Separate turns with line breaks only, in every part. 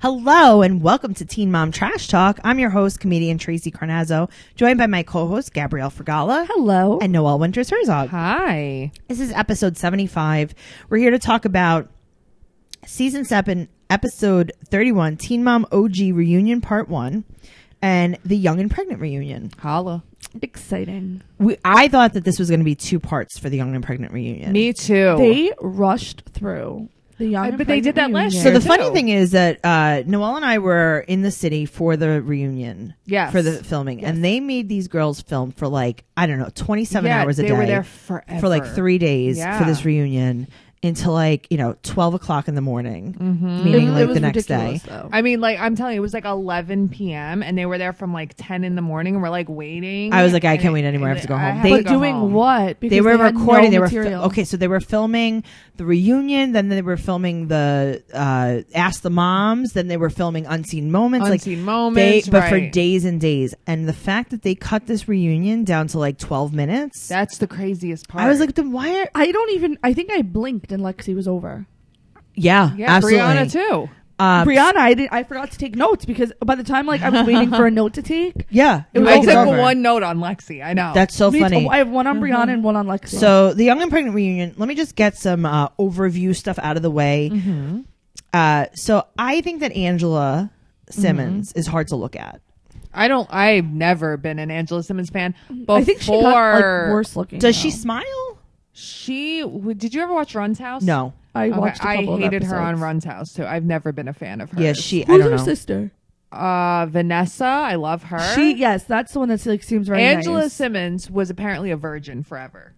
Hello and welcome to Teen Mom Trash Talk. I'm your host, comedian Tracy Carnazzo, joined by my co-host Gabrielle Fergala
Hello.
and Noel Winters Herzog.
Hi.
This is episode 75. We're here to talk about season 7, episode 31, Teen Mom OG Reunion Part 1 and the Young and Pregnant Reunion.
Holla. Exciting.
We, I thought that this was going to be two parts for the Young and Pregnant Reunion.
Me too.
They rushed through the young.
Uh,
and
but they did that
Pregnant
last
reunion.
So the
too.
funny thing is that uh, Noelle and I were in the city for the reunion,
Yes.
for the filming, and they made these girls film for like I don't know twenty seven
Yeah,
hours a
they
day.
were there
for like
forever.
three days for this
Yeah.
reunion until like you know twelve o'clock in the morning, meaning
It- it
like
was
the next day.
ridiculous, though.
I mean, like, I'm telling you, it was like 11 p.m. and they were there from like 10 in the morning and we're like waiting.
I was like, I
And
can't
it-
wait anymore. I
and
have to go
I
home.
had
They-
to
but
go
doing
home.
what?
They were
had no
recording. they were fil-
material.
okay. So they were filming the reunion. Then they were filming the uh, Ask the Moms. Then they were filming unseen moments.
Unseen
like,
moments,
they- but for
right.
days and days. And the fact that they cut this reunion down to like twelve minutes.
That's the craziest part.
I was like, then why? Are,
I don't even. I think I blinked and Lexi was over.
yeah,
yeah,
absolutely.
Brianna too.
Uh,
Brianna, I did, I forgot to take notes because by the time like I was waiting for a note to take,
Yeah,
It was
I
all
took
over.
one note on Lexi. I know.
That's so
me-
funny.
I have one on
Uh-huh.
Brianna and one on Lexi.
So the Young and Pregnant reunion. Let me just get some uh, overview stuff out of the way.
Mm-hmm.
Uh, so I think that Angela Simmons
Mm-hmm.
is hard to look at.
I don't. I've never been an Angela Simmons fan. Before
I think she got like, worse looking.
Does
now.
she smile?
she w- did you ever watch Run's House?
No.
I
Okay,
watched. A
I
couple of
hated her on
episodes.
Run's House too. I've never been a fan of her.
Yeah, she. I
Who's
don't
her
know.
sister?
Uh, Vanessa, I love her.
She yes, that's the one that like seems very
Angela
nice.
Simmons was apparently a virgin forever.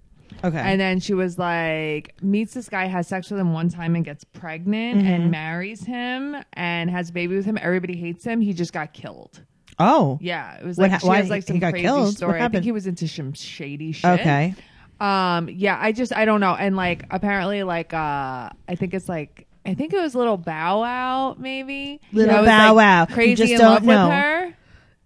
Okay.
And then she was like, meets this guy, has sex with him one time, and gets pregnant
Mm-hmm.
and marries him and has a baby with him. Everybody hates him. He just got killed.
oh.
Yeah, it was
What
like
ha-
she
why
has like
he
some
got
crazy
killed? What
story. I
happened?
think he was into some shady shit.
Okay.
Um. Yeah. I just I don't know. And like apparently like uh I think it's like I think it was little Bow Wow maybe
Little
That was,
Bow
like,
Wow. You
crazy
just
in
don't
love
know.
with her.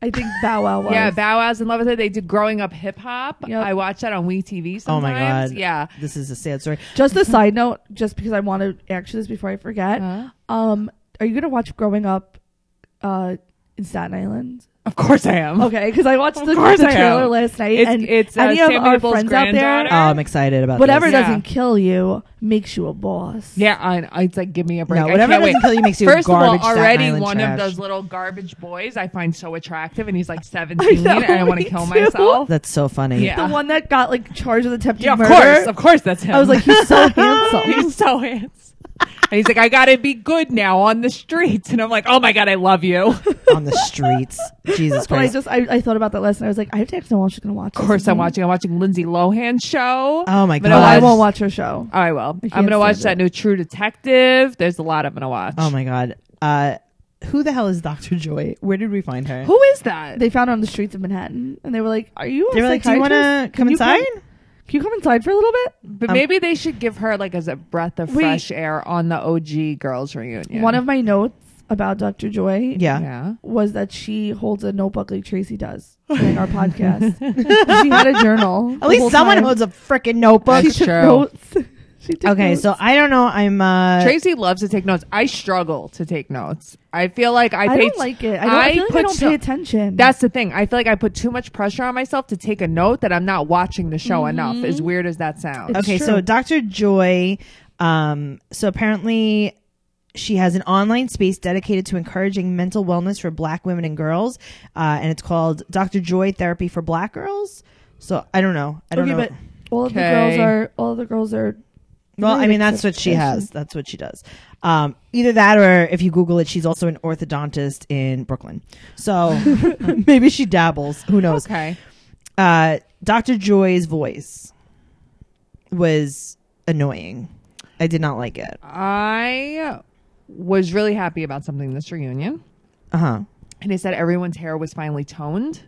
I think Bow Wow was.
Yeah, Bow Wow's in love with her. They did Growing Up Hip Hop.
Yep.
I watch that on Wii TV sometimes.
Oh my god.
Yeah.
This is a sad story.
Just
Mm-hmm.
a side note, just because I want to answer this before I forget.
Uh-huh.
Um, are you gonna watch Growing Up uh, in Staten Island?
Of course I
Oh.
am.
Okay, because I watched
Of
the,
course
the
I am.
trailer last night,
It's-
and
it's, uh,
any of
Sam
our
Beadle's
friends out there,
Oh, I'm excited about
whatever
This.
Yeah.
doesn't kill you makes you a boss.
Yeah, I, it's like give me a break.
No,
I
whatever
can't
doesn't
wait.
kill you makes you
First
garbage.
of all, already
Staten Island
one
trash.
of those little garbage boys I find so attractive, and he's like
I
17,
know,
and I want to
me
kill
too.
myself.
That's so funny.
Yeah.
The one that got like charged with attempted
Yeah, of
murder.
course, of course, that's him.
I was like, he's so handsome.
he's so handsome. And he's like, I gotta be good now on the streets, and I'm like, oh my god, I love you. Of
On the streets. Jesus
But I
Christ.
just I, I thought about that last night. I was like, I have to ask no one she's gonna watch. Of
course, I'm watching. I'm watching Lindsay Lohan's show.
Oh my
But
God.
No, I
watch-
won't watch her show.
Oh, I will.
can't
I'm gonna watch that
stand
new True Detective. There's a lot I'm gonna watch.
Oh my god. Uh, who the hell is Dr. Joy? Where did we find her?
Who is that?
They found her on the streets of Manhattan, and they were like, "Are you?" A
They were like, "Do you want to
psychiatrist?
come
Can you
inside?"
Can you come inside for a little bit?
But
Um,
maybe they should give her like as a breath of
Wait.
fresh air on the OG girls reunion.
One of my notes about Dr. Joy
yeah.
yeah.
was that she holds a notebook like Tracy does during our podcast. she had a journal.
At least someone holds a freaking notebook.
She
That's
took
true.
notes. she took
Okay,
notes.
so I don't know. I'm uh
Tracy loves to take notes. I struggle to take notes. I feel like I,
I,
pay
don't
t-
like it. I, don't, I, feel like I
put
don't
so-
pay attention.
That's the thing. I feel like I put too much pressure on myself to take a note that I'm not watching the show enough. As weird as that sounds.
It's
okay,
true.
so Dr. Joy um so apparently she has an online space dedicated to encouraging mental wellness for black women and girls uh, and it's called Dr. Joy Therapy for Black Girls. So I don't know. I don't
okay,
know.
but all of the
Okay.
girls are all of the girls are.
Well, I mean, that's what
Except
she
Jason.
has. That's what she does. Um, either that, or if you Google it, she's also an orthodontist in Brooklyn. So maybe she dabbles. Who knows?
Okay.
Uh, Dr. Joy's voice was annoying. I did not like it.
I was really happy about something this reunion,
Uh huh.
and they said everyone's hair was finally toned.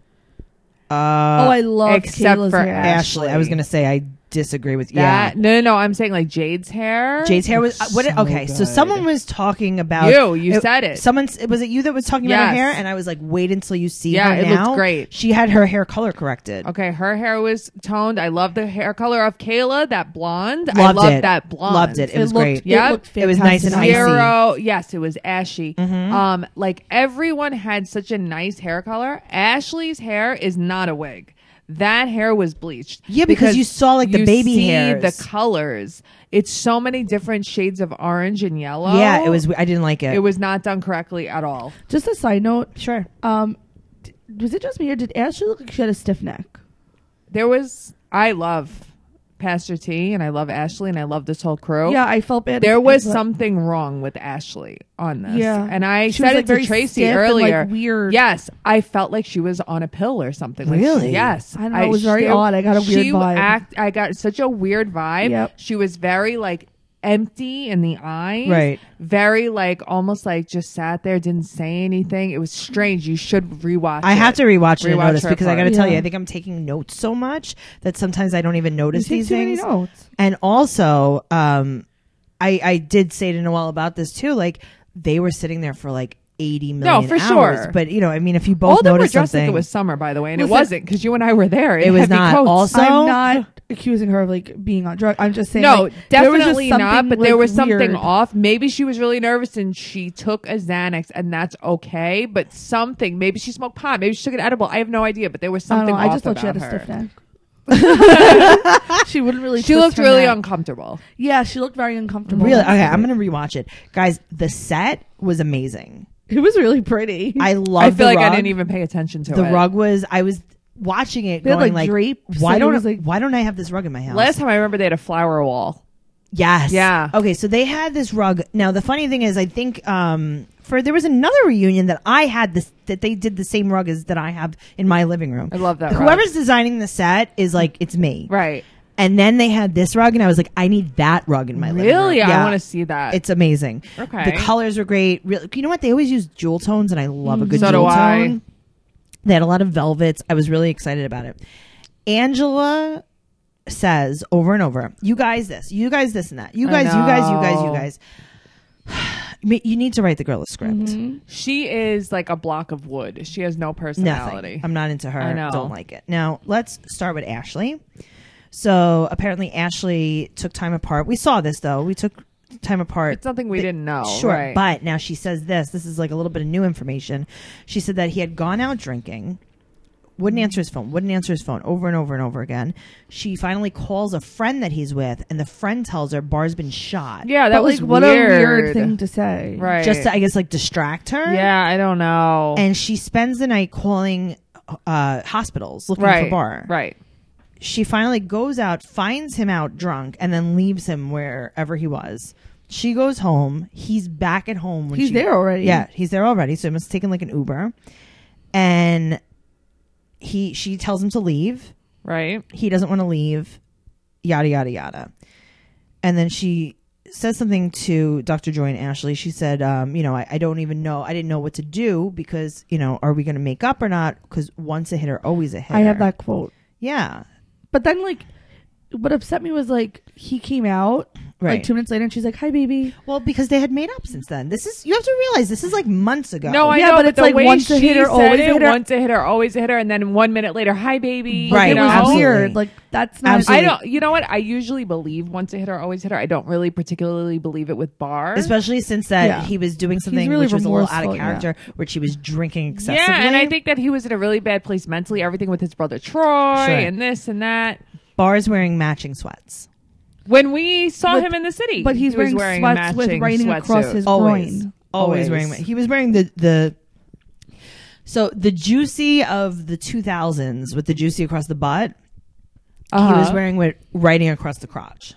Uh,
oh, I love
except
Kayla's
for
hair.
Ash.
Ashley. I was gonna say I disagree with yeah.
That, No, no, no. I'm saying like Jade's hair.
Jade's hair was uh, what?
so
okay, so
good.
someone was talking about
You, you said it.
Someone s- was it you that was talking about her
Yes.
hair? And I was like, wait until you see.
Yeah,
her
it looked
now.
great.
She had her hair color corrected.
Okay, her hair was toned. I love the hair color of Kayla, that blonde. I
Loved
love
it.
that blonde.
Loved it. It was
looked,
great.
It,
Yep.
looked
It was nice and
fantastic.
icy.
Zero. Yes, it was ashy.
Mm-hmm.
Um, like everyone had such a nice hair color. Ashley's hair is not a wig. That hair was bleached.
Yeah, because you saw, like, the
you
baby
see
hairs.
the colors. It's so many different shades of orange and yellow.
Yeah, it was. I didn't like it.
Oh. It was not done correctly at all.
Just a side note.
sure.
Um, d- was it just me or did Ashley look like she had a stiff neck?
There was. I love Pastor T, and I love Ashley, and I love this whole crew.
Yeah, I felt bad.
there was
But-
something wrong with Ashley on this.
Yeah.
and I
She was,
said
like,
it
very
to Tracy
stiff and, like,
earlier.
weird.
Yes, I felt like she was on a pill or something. Like,
Really?
yes.
I don't know, it was very
she-
odd. I got a weird
she
vibe.
Act, I got such a weird vibe.
Yep.
She was very like empty in the eyes.
Right.
Very like almost like just sat there, didn't say anything. It was strange. You should rewatch.
I
it.
have to rewatch it and
Rewatch
notice
her
because I
part.
got to tell you,
Yeah.
I think I'm taking notes so much that sometimes I don't even
You
notice
take
these
too many
things.
notes.
And also, um, I I did say to Noel about this too. Like they were sitting there for like eighty million
for
hours.
sure.
But you know, I mean, if you both
All that were
notice
dressed like
something,
it was summer, by the way, and it
Listen-
wasn't because you and I were there. in
It was
heavy
not.
Coats.
Also- So-
I'm not accusing her of like being on drugs. I'm just saying.
No,
like, there was just
definitely not.
something,
But there
like,
was something
weird.
off. Maybe she was really nervous and she took a Xanax, and that's okay. But something. Maybe she smoked pot. Maybe she took an edible. I have no idea. But there was
I don't
something.
know. I
off
just thought she had
about
a
her.
stiff neck. she wouldn't really.
She
twist
looked
her
really
neck.
uncomfortable.
Yeah, she looked very uncomfortable.
really okay. I'm gonna rewatch it, guys. The set was amazing.
It was really pretty.
I love.
I feel
the
like
rug.
I didn't even pay attention to
The
it.
rug was. I was watching it,
They had,
going
like,
like,
drapes,
why
and it
don't
was, like-
why don't I have this rug in my house?
Last time I remember, they had a flower wall.
Yes.
Yeah.
Okay, so they had this rug. Now the funny thing is I think um for there was another reunion that I had this that they did the same rug as that I have in my living room.
I love that rug.
Whoever's designing the set is like it's me.
Right.
And then they had this rug and I was like I need that rug in my living room.
Really, I want to see that.
It's amazing.
Okay.
The colors are great. Real, you know what? They always use jewel tones and I love a good
Mm. So do
jewel
I.
tone. They had a lot of velvets. I was really excited about it. Angela says over and over, "You guys, this. You guys, this and that. You
I
guys, you guys, you guys,
know.
you guys." Ma- You need to write the girl a script.
Mm-hmm. she is like a block of wood. She has no personality.
Nothing. I'm not into her.
I know.
Don't like it. Now let's start with Ashley. So apparently Ashley took time apart. We saw this though. We took time apart.
It's something we didn't know.
Sure.
Oh, right.
But now she says this. This is like a little bit of new information. She said that he had gone out drinking, wouldn't answer his phone, wouldn't answer his phone over and over and over again. She finally calls a friend that he's with, and the friend tells her Bar's been shot.
yeah, that
But,
was
like, what
weird.
a weird thing to say.
Right.
Just to, I guess, like distract her.
yeah, I don't know.
And she spends the night calling uh, hospitals looking
right.
for Bar.
Right.
She finally goes out, finds him out drunk, and then leaves him wherever he was. She goes home. He's back at home. When
He's
she-
there already.
Yeah, he's there already. So he must have taken like an Uber, and he she tells him to leave.
Right.
He doesn't want to leave. Yada yada yada, and then she says something to Dr. Joy and Ashley. She said, um, "You know, I, I don't even know. I didn't know what to do because you know, are we going to make up or not? Because once a hitter, always a hitter.
I have that quote.
Yeah,
But then, like, what upset me was like he came out
right.
like two minutes later, and she's like, "Hi, baby."
well, because they had made up since then. This is you have to realize this is like months ago.
No, I
Yeah,
know,
but
but
it's
the
like
way
once a
she
hitter,
said
always a
it,
hitter.
once a hitter, always a hitter, and then one minute later, hi baby.
Right,
you
it was
know?
absolutely.
weird. Like that's not.
Absolutely.
I don't. You know what? I usually believe once a hitter, always a hitter. I don't really particularly believe it with Barr.
especially since that
Yeah.
he was doing something
really
which was a little out of
remorseful, yeah.
character, which he was drinking excessively.
yeah, and I think that he was in a really bad place mentally. Everything with his brother Troy
Sure.
and this and that.
bars wering matching sweats.
When we saw
But-
him in the city,
but he's
he was
wearing
wearing
sweats with
matching
writing
sweatsuits.
across his
Always,
groin.
always,
Always.
wearing. ma- He was wearing the the. So the juicy of the two thousands with the juicy across the butt, he was
Uh-huh.
wearing what writing across the crotch.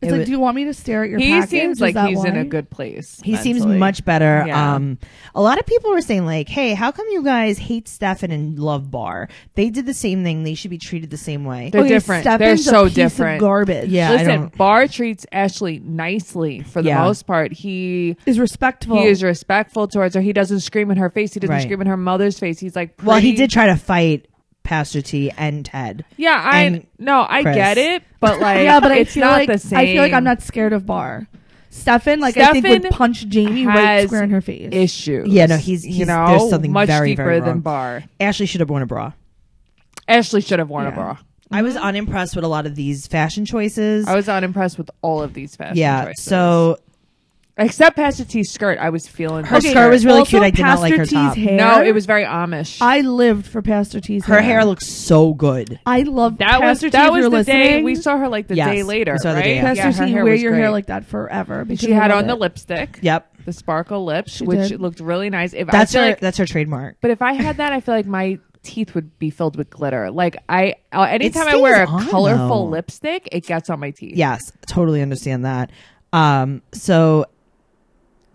It's
It
like,
wa-
do you want me to stare at your?
He
package?
seems
Is
like
that
he's in
why?
a good place.
He seems
mentally.
much better.
Yeah.
Um, a lot of people were saying like, "Hey, how come you guys hate Stefan and love Bar? They did the same thing. They should be treated the same way." Oh,
They're
Okay,
different.
Oh, Stefan's
They're
a
so
piece of
different.
garbage.
Yeah. I
Listen,
don't-
Barr treats Ashley nicely for the
Yeah.
most part. He
is respectful.
he is respectful towards her. He doesn't scream in her face. He doesn't
Right.
scream in her mother's face. He's like,
Well, he
pretty-
did try to fight Pastor T and Ted.
Yeah, I
And
no, I
Chris.
get it, but like,
yeah, but
it's
I feel
not
like
the same.
I feel like I'm not scared of Barr. Stefan, like I think
Stefan
would punch Jamie
has
right square in her face.
issues.
Yeah, no, he's-
you
he's-
know
there's something
much
very,
deeper
very wrong.
than Barr.
Ashley should have worn a bra.
Ashley should have worn a
Yeah.
bra.
I was unimpressed with a lot of these fashion choices.
Mm-hmm. I was unimpressed with all of these fashion
yeah,
choices.
so
except Pastor T's skirt, I was feeling
Her skirt was really cute. I did not like her
Pastor T's
top.
hair.
No, it was very Amish.
I lived for Pastor T's
her
hair.
hair looks so good.
I love
that
Pastor
was that
T, if
was the
you're listening,
day we saw her like the
Yes,
day later,
we saw the
right?
day
Yeah,
after.
Pastor
her
T,
hair
wear
was
your hair
great.
like that forever. because
she
I
had
love
on the
it.
lipstick,
Yep,
the sparkle lips,
She
which
did.
looked really nice. If
that's
I feel
her.
like,
that's her trademark.
but if I had that, I feel like my teeth would be filled with glitter. Like I, uh, anytime I
stays
wear a
on,
colorful
though.
lipstick, it gets on my teeth.
Yes, totally understand that. Um, so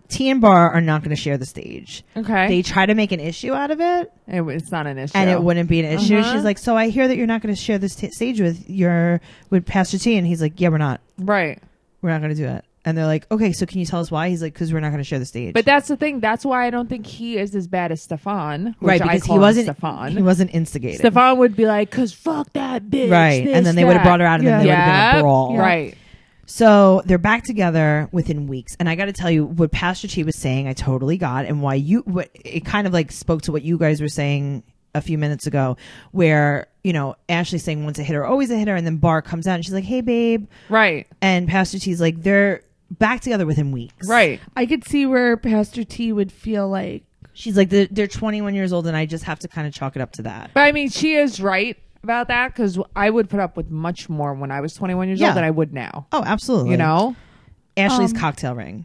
T and Bar are not going to share the stage.
Okay.
They try to make an issue out of it,
It- it's not an issue.
and it wouldn't be an issue.
Uh-huh.
She's like, "So I hear that you're not going to share this t- stage with your with Pastor T," and he's like, "Yeah, we're not.
Right.
We're not going to do it." And they're like, "Okay, so can you tell us why?" He's like, "Because we're not going to share the stage."
But that's the thing. That's why I don't think he is as bad as Stefan. Which
right,
I
because
call
he
him
wasn't he
Stefan.
wasn't instigated.
Stefan would be like, "Cause fuck that bitch."
right, and then they would have brought her out, and
Yeah.
then
Yeah.
there would have been a brawl.
Right.
So they're back together within weeks, and I got to tell you what Pastor T was saying. I totally got, and why you what it kind of like spoke to what you guys were saying a few minutes ago, where you know Ashley saying once a hitter, always a hitter, and then Barr comes out and she's like, "Hey, babe,"
Right.
and Pastor T's like, "They're back together within weeks."
Right.
I could see where Pastor T would feel like
She's like, "They're, they're 21 years old, and I just have to kind of chalk it up to that."
But I mean, she is right about that because I would put up with much more when I was 21 years
Yeah.
old than I would now.
Oh, absolutely.
You know,
Ashley's
Um,
cocktail ring.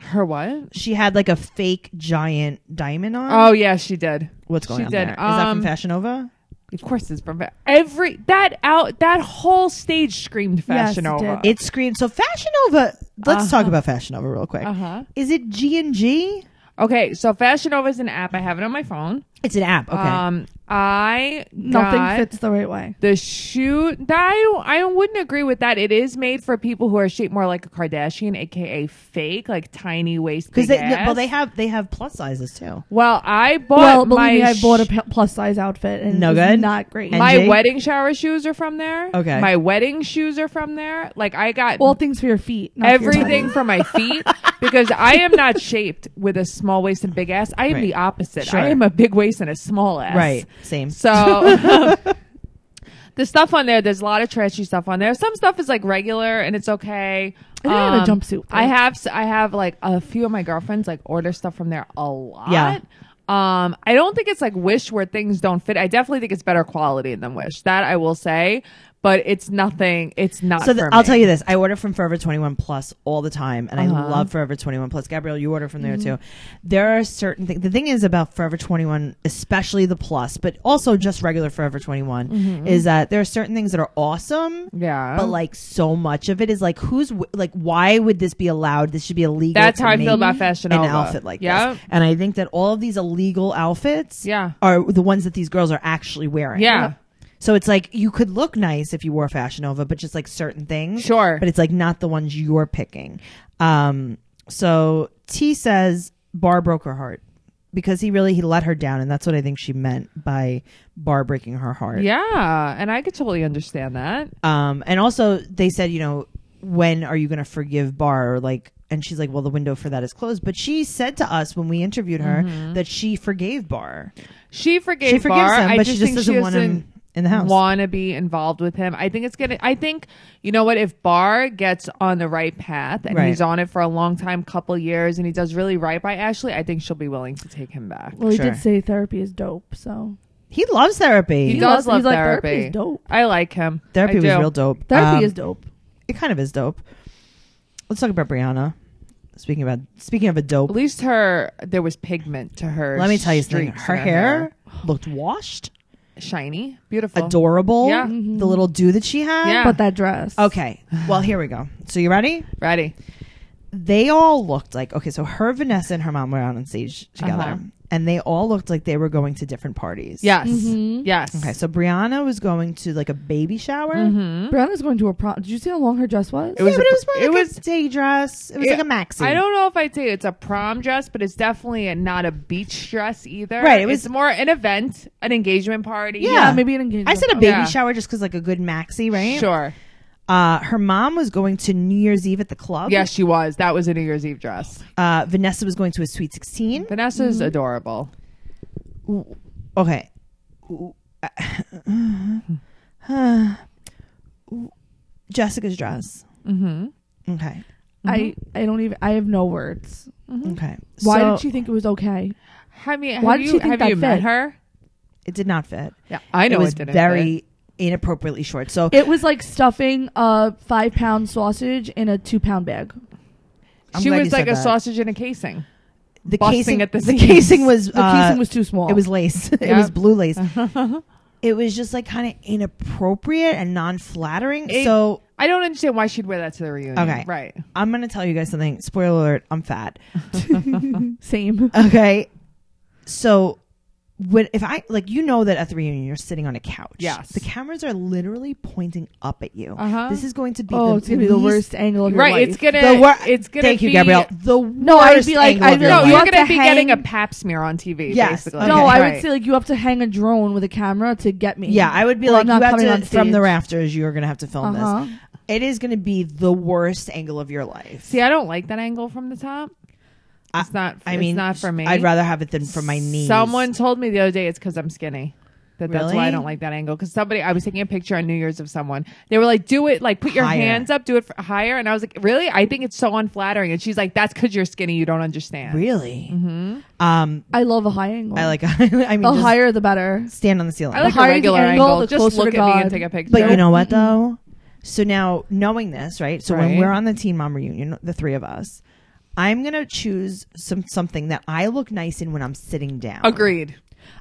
her what?
She had like a fake giant diamond on.
Oh yeah, she did.
What's going
she
on
did.
there? Is that from
Um,
Fashion Nova?
Of course, it's from every that out that whole stage screamed
Yes,
Fashion
it
Nova.
It screams. So Fashion Nova. Let's talk about Fashion Nova real quick.
Uh-huh.
Is it G and G?
Okay, so Fashion Nova is an app. I have it on my phone.
It's an app. Okay.
Um, I
nothing
got
fits the right way.
the shoe. I don't, I wouldn't agree with that. It is made for people who are shaped more like a Kardashian, aka fake, like tiny waist.
Because
Because
they well they have they have plus sizes too.
Well, I bought
well,
my
believe me, I
sh-
bought a p- plus size outfit and
No
it was
good?
not great.
And-
my
Jake?
wedding shower shoes are from there.
Okay.
my wedding shoes are from there. Like I got
All things for your feet, not for your body.
everything for my feet because I am not shaped with a small waist and big ass. I am
Right.
the opposite.
Sure.
I am a big waist and a small ass.
Right. Same.
So um, the stuff on there, there's a lot of trashy stuff on there. Some stuff is like regular and it's okay.
I
Um,
think I had a jumpsuit.
I have s- I have like a few of my girlfriends like order stuff from there a lot.
Yeah.
Um, I don't think it's like Wish where things don't fit. I definitely think it's better quality than Wish. That I will say, but it's nothing. It's not.
So
for
the, I'll
me.
tell you this: I order from Forever Twenty One Plus all the time, and I
Uh-huh. Mm-hmm.
love Forever Twenty One Plus. Gabrielle, you order from there too. There are certain things. The thing is about Forever Twenty One, especially the Plus, but also just regular Forever Twenty
Mm-hmm.
is that there are certain things that are awesome.
Yeah.
But like so much of it is like who's w- like why would this be allowed? This should be illegal.
That's
to
how I
make
feel about Fashion
an
Nova.
outfit like
Yeah.
this. And I think that all of these illegal outfits
Yeah.
are the ones that these girls are actually wearing.
Yeah.
So it's like you could look nice if you wore Fashion Nova, but just like certain things.
Sure.
But it's like not the ones you're picking. Um so T says Bar broke her heart because he really he let her down and that's what I think she meant by Bar breaking her heart.
Yeah, and I could totally understand that.
Um, and also they said, you know, when are you going to forgive Barr? Or, Like, and she's like, well, the window for that is closed. But she said to us when we interviewed her that she forgave Barr.
She Mm-hmm. forgave.
She forgives
Barr.
him,
I
but
just
she just
think
doesn't
she
want him in the house.
Want to be involved with him? I think it's gonna. I think you know what? If Barr gets on the right path and
Right.
he's on it for a long time, couple years, and he does really right by Ashley, I think she'll be willing to take him back.
Well, he
Sure.
did say therapy is dope, so
He loves therapy.
He,
He
does
loves-
love
he's like,
therapy.
therapy is dope.
I like him.
therapy
I
was
do.
real dope.
therapy
Um,
is dope.
It kind of is dope. Let's talk about Brianna. Speaking about speaking of a dope,
At least her there was pigment to her.
let me tell you something.
streaks
Her
in
hair looked washed,
shiny, beautiful,
adorable.
Oh. Yeah. Mm-hmm.
The little do that she had.
Yeah.
But that dress,
Okay. Well, here we go. So you ready?
ready.
they all looked like okay. So her Vanessa and her mom were out on stage together,
Uh-huh.
and they all looked like they were going to different parties.
Yes. Yes.
Okay, so Brianna was going to like a baby shower.
Brianna's going to a prom. Did you see how long her dress was?
Mm-hmm. Hmm? It was
yeah,
a-
but it was more
it
like
was-
a day dress. It was
Yeah,
like a maxi.
I don't know if I'd say it's a prom dress, but it's definitely a, not a beach dress either.
Right, it was-
it's more an event, an engagement party.
Yeah.
maybe an engagement.
I said a
prom.
baby
Yeah.
shower just because like a good maxi, right?
Sure.
Uh, her mom was going to New Year's Eve at the club.
Yes, she was. That was a New Year's Eve dress.
Uh, Vanessa was going to a sweet sixteen.
Vanessa's
Mm-hmm.
adorable.
Okay. Jessica's dress. Mm-hmm. Okay.
I
Mm-hmm.
I don't even. I have no words.
Okay.
Why
So,
did she think it was okay?
Have you, have
Why did
you,
she think
have
that
you met
fit?
her?
It did not fit.
Yeah, I know
it was
didn't
very
fit.
inappropriately short. So
It was like stuffing a five pound sausage in a two pound bag.
I'm
she
glad
was
you said
like a
that.
sausage in a casing.
the
busting
casing
at the seams.
casing was
The
uh,
casing was too small.
it was lace. it
Yeah.
was blue lace. it was just like kind of inappropriate and non-flattering.
It-
so
I don't understand why she'd wear that to the reunion.
Okay.
Right.
I'm gonna tell you guys something. Spoiler alert: I'm fat.
same.
Okay. So when if I like you know that at the reunion you're sitting on a couch.
Yes.
The cameras are literally pointing up at you.
Uh-huh.
This is going to be
Oh,
the,
it's gonna be the
least-
worst angle of your
Right.
life.
It's gonna.
The wor-
it's gonna.
Thank you,
be-
Gabrielle. The worst
No, I'd be like-
angle
I'd
of
be
your
like,
No,
life.
you
you're
have
gonna
to
be getting a
hang-
pap smear on TV.
Yes.
Basically.
Okay.
No, I
Right.
would say like you have to hang a drone with a camera to get me.
Yeah, I would be
Or
like,
I'm
you
not
have
coming
to
on
from the
stage.
rafters. You are going to have to film
Uh-huh.
this. It is going to be the worst angle of your life.
See, I don't like that angle from the top.
I-
It's not.
I
it's
mean,
not for me.
I'd rather have it than from my knees.
Someone told me the other day it's because I'm skinny. That that's why
Really?
I don't like that angle. Because somebody, I was taking a picture on New Year's of someone. They were like, "Do it, like put your
Higher.
hands up, do it for, higher." And I was like, "Really? I think it's so unflattering." And she's like, "That's because you're skinny. You don't understand."
really.
Mm-hmm.
Um,
I love a high angle.
I like. I mean,
the
just
higher the better.
stand on the ceiling.
I like
The
a
higher the
regular
angle, the
Just
closer
look at
to
me and
God.
take a picture.
But you know what though? So now knowing this, right? So when
Right.
we're on the Teen Mom reunion, the three of us, I'm gonna choose some something that I look nice in when I'm sitting down.
Agreed.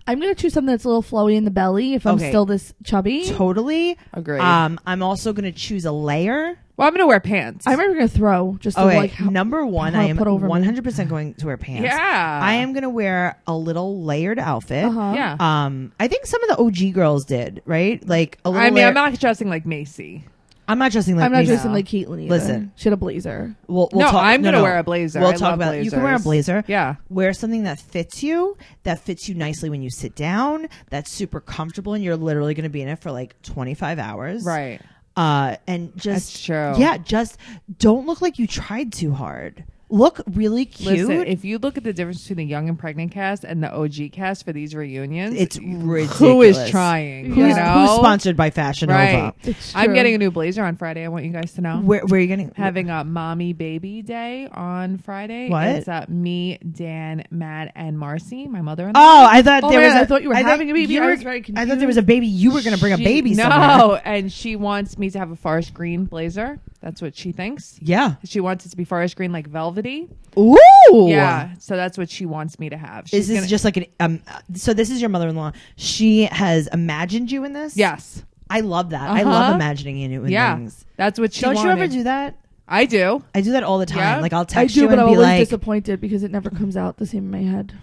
I'm gonna choose something that's a little flowy in the belly if I'm
Okay.
still this chubby.
Totally.
Agreed.
Um, I'm also gonna choose a layer.
Well, I'm gonna wear pants.
I'm never gonna throw just to
Okay,
like how-
number one,
how
I
to
am
put over me.
100 percent going to wear pants.
Yeah.
I am gonna wear a little layered outfit.
Uh-huh.
Yeah.
Um, I think some of the OG girls did right, like a little.
I mean,
layer-
I'm not dressing like Macy.
I'm not dressing like.
I'm not
these-
dressing like Caitlyn either.
Listen.
she had a blazer.
We'll, we'll
no,
talk-
I'm gonna
no.
wear a blazer.
We'll
I
talk
love
about it. You can wear a
blazers.
blazer.
Yeah.
Wear something that fits you, that fits you nicely when you sit down, that's super comfortable, and you're literally going to be in it for like 25 hours.
Right.
Uh, and just
That's true.
Yeah, just don't look like you tried too hard. Look really cute.
Listen, if you look at the difference between the young and pregnant cast and the OG cast for these reunions,
it's ridiculous.
who is trying?
Who's,
you know?
who's sponsored by Fashion
Right.
Nova?
It's
I'm
true.
getting a new blazer on Friday. I want you guys to know.
Where, where are you getting?
Having a mommy baby day on Friday.
What?
It's uh, me, Dan, Matt, and Marcy, my mother in law.
Oh, I thought
Oh
there
my
was.
God,
a-
I thought you were having a baby. I was very
I thought there was a baby. You were going to bring a baby.
No,
somewhere.
and she wants me to have a forest green blazer. That's what she thinks.
Yeah.
She wants it to be forest green, like velvety.
Ooh.
Yeah. So that's what she wants me to have. She's
Is this
gonna-
just like an um? uh, So this is your mother-in-law. She has imagined you in this.
Yes.
I love that. I
Uh-huh.
love imagining you in
Yeah.
things.
That's what she
Don't you
wanted.
ever do that?
I do.
I do that all the time.
Yeah.
Like I'll
I
text
do,
you
but
and
I'm
be
always
like, "Mm-hmm."
disappointed because it never comes out the same in my head.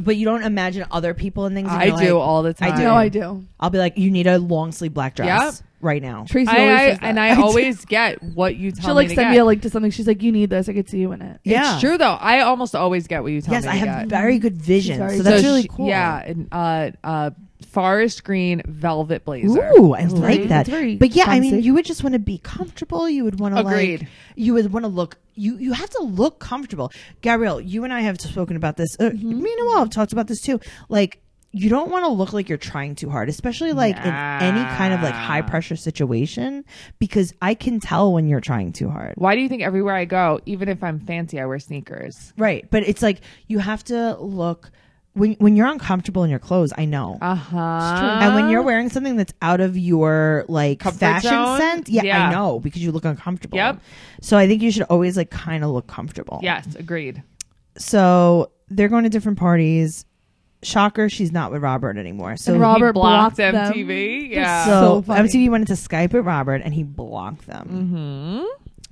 but you don't imagine other people and things. and
I
you're
do
like-
all the
I
time.
do.
No, I do.
I'll be like, you need a long sleeve black dress
Yep.
right now.
Tracy
I,
always
I-
says that.
and I,
do.
always get what you tell
She'll like
me to
send
get.
me a link to something. She's like, "You need this. I could see you in it."
Yeah.
It's true though. I almost always get what you tell
Yes,
me.
I
to
have
get.
very good vision,
Sorry.
so that's
So
really
she-
cool.
Yeah, and, uh, uh, forest green velvet blazer. Mm-hmm.
Ooh, I
very-
like that.
it's very
But yeah, I mean,
fancy.
you would just want to be comfortable. You would want to like.
Agreed.
You would want to look. You you have to look comfortable. Gabrielle, you and I have spoken about this. Uh, Me and Noel have talked about this too. Like. You don't want to look like you're trying too hard, especially like in any kind of like high pressure situation, because I can tell when you're trying too hard.
Why do you think everywhere I go, even if I'm fancy, I wear sneakers?
Right. But it's like you have to look when when you're uncomfortable in your clothes, I know.
Uh
Uh-huh.
huh.
and when you're wearing something that's out of your like
Uh, Comfort
fashion
zone?
sense, yeah, I
Yeah.
know because you look uncomfortable.
Yep.
So I think you should always like kind of look comfortable.
Yes, agreed.
So they're going to different parties. Shocker, she's not with Robert anymore. So
And Robert
he
blocked
blocked,
them.
MTV. Yeah.
so,
So funny.
MTV went into Skype with Robert and he blocked them. Mm-hmm.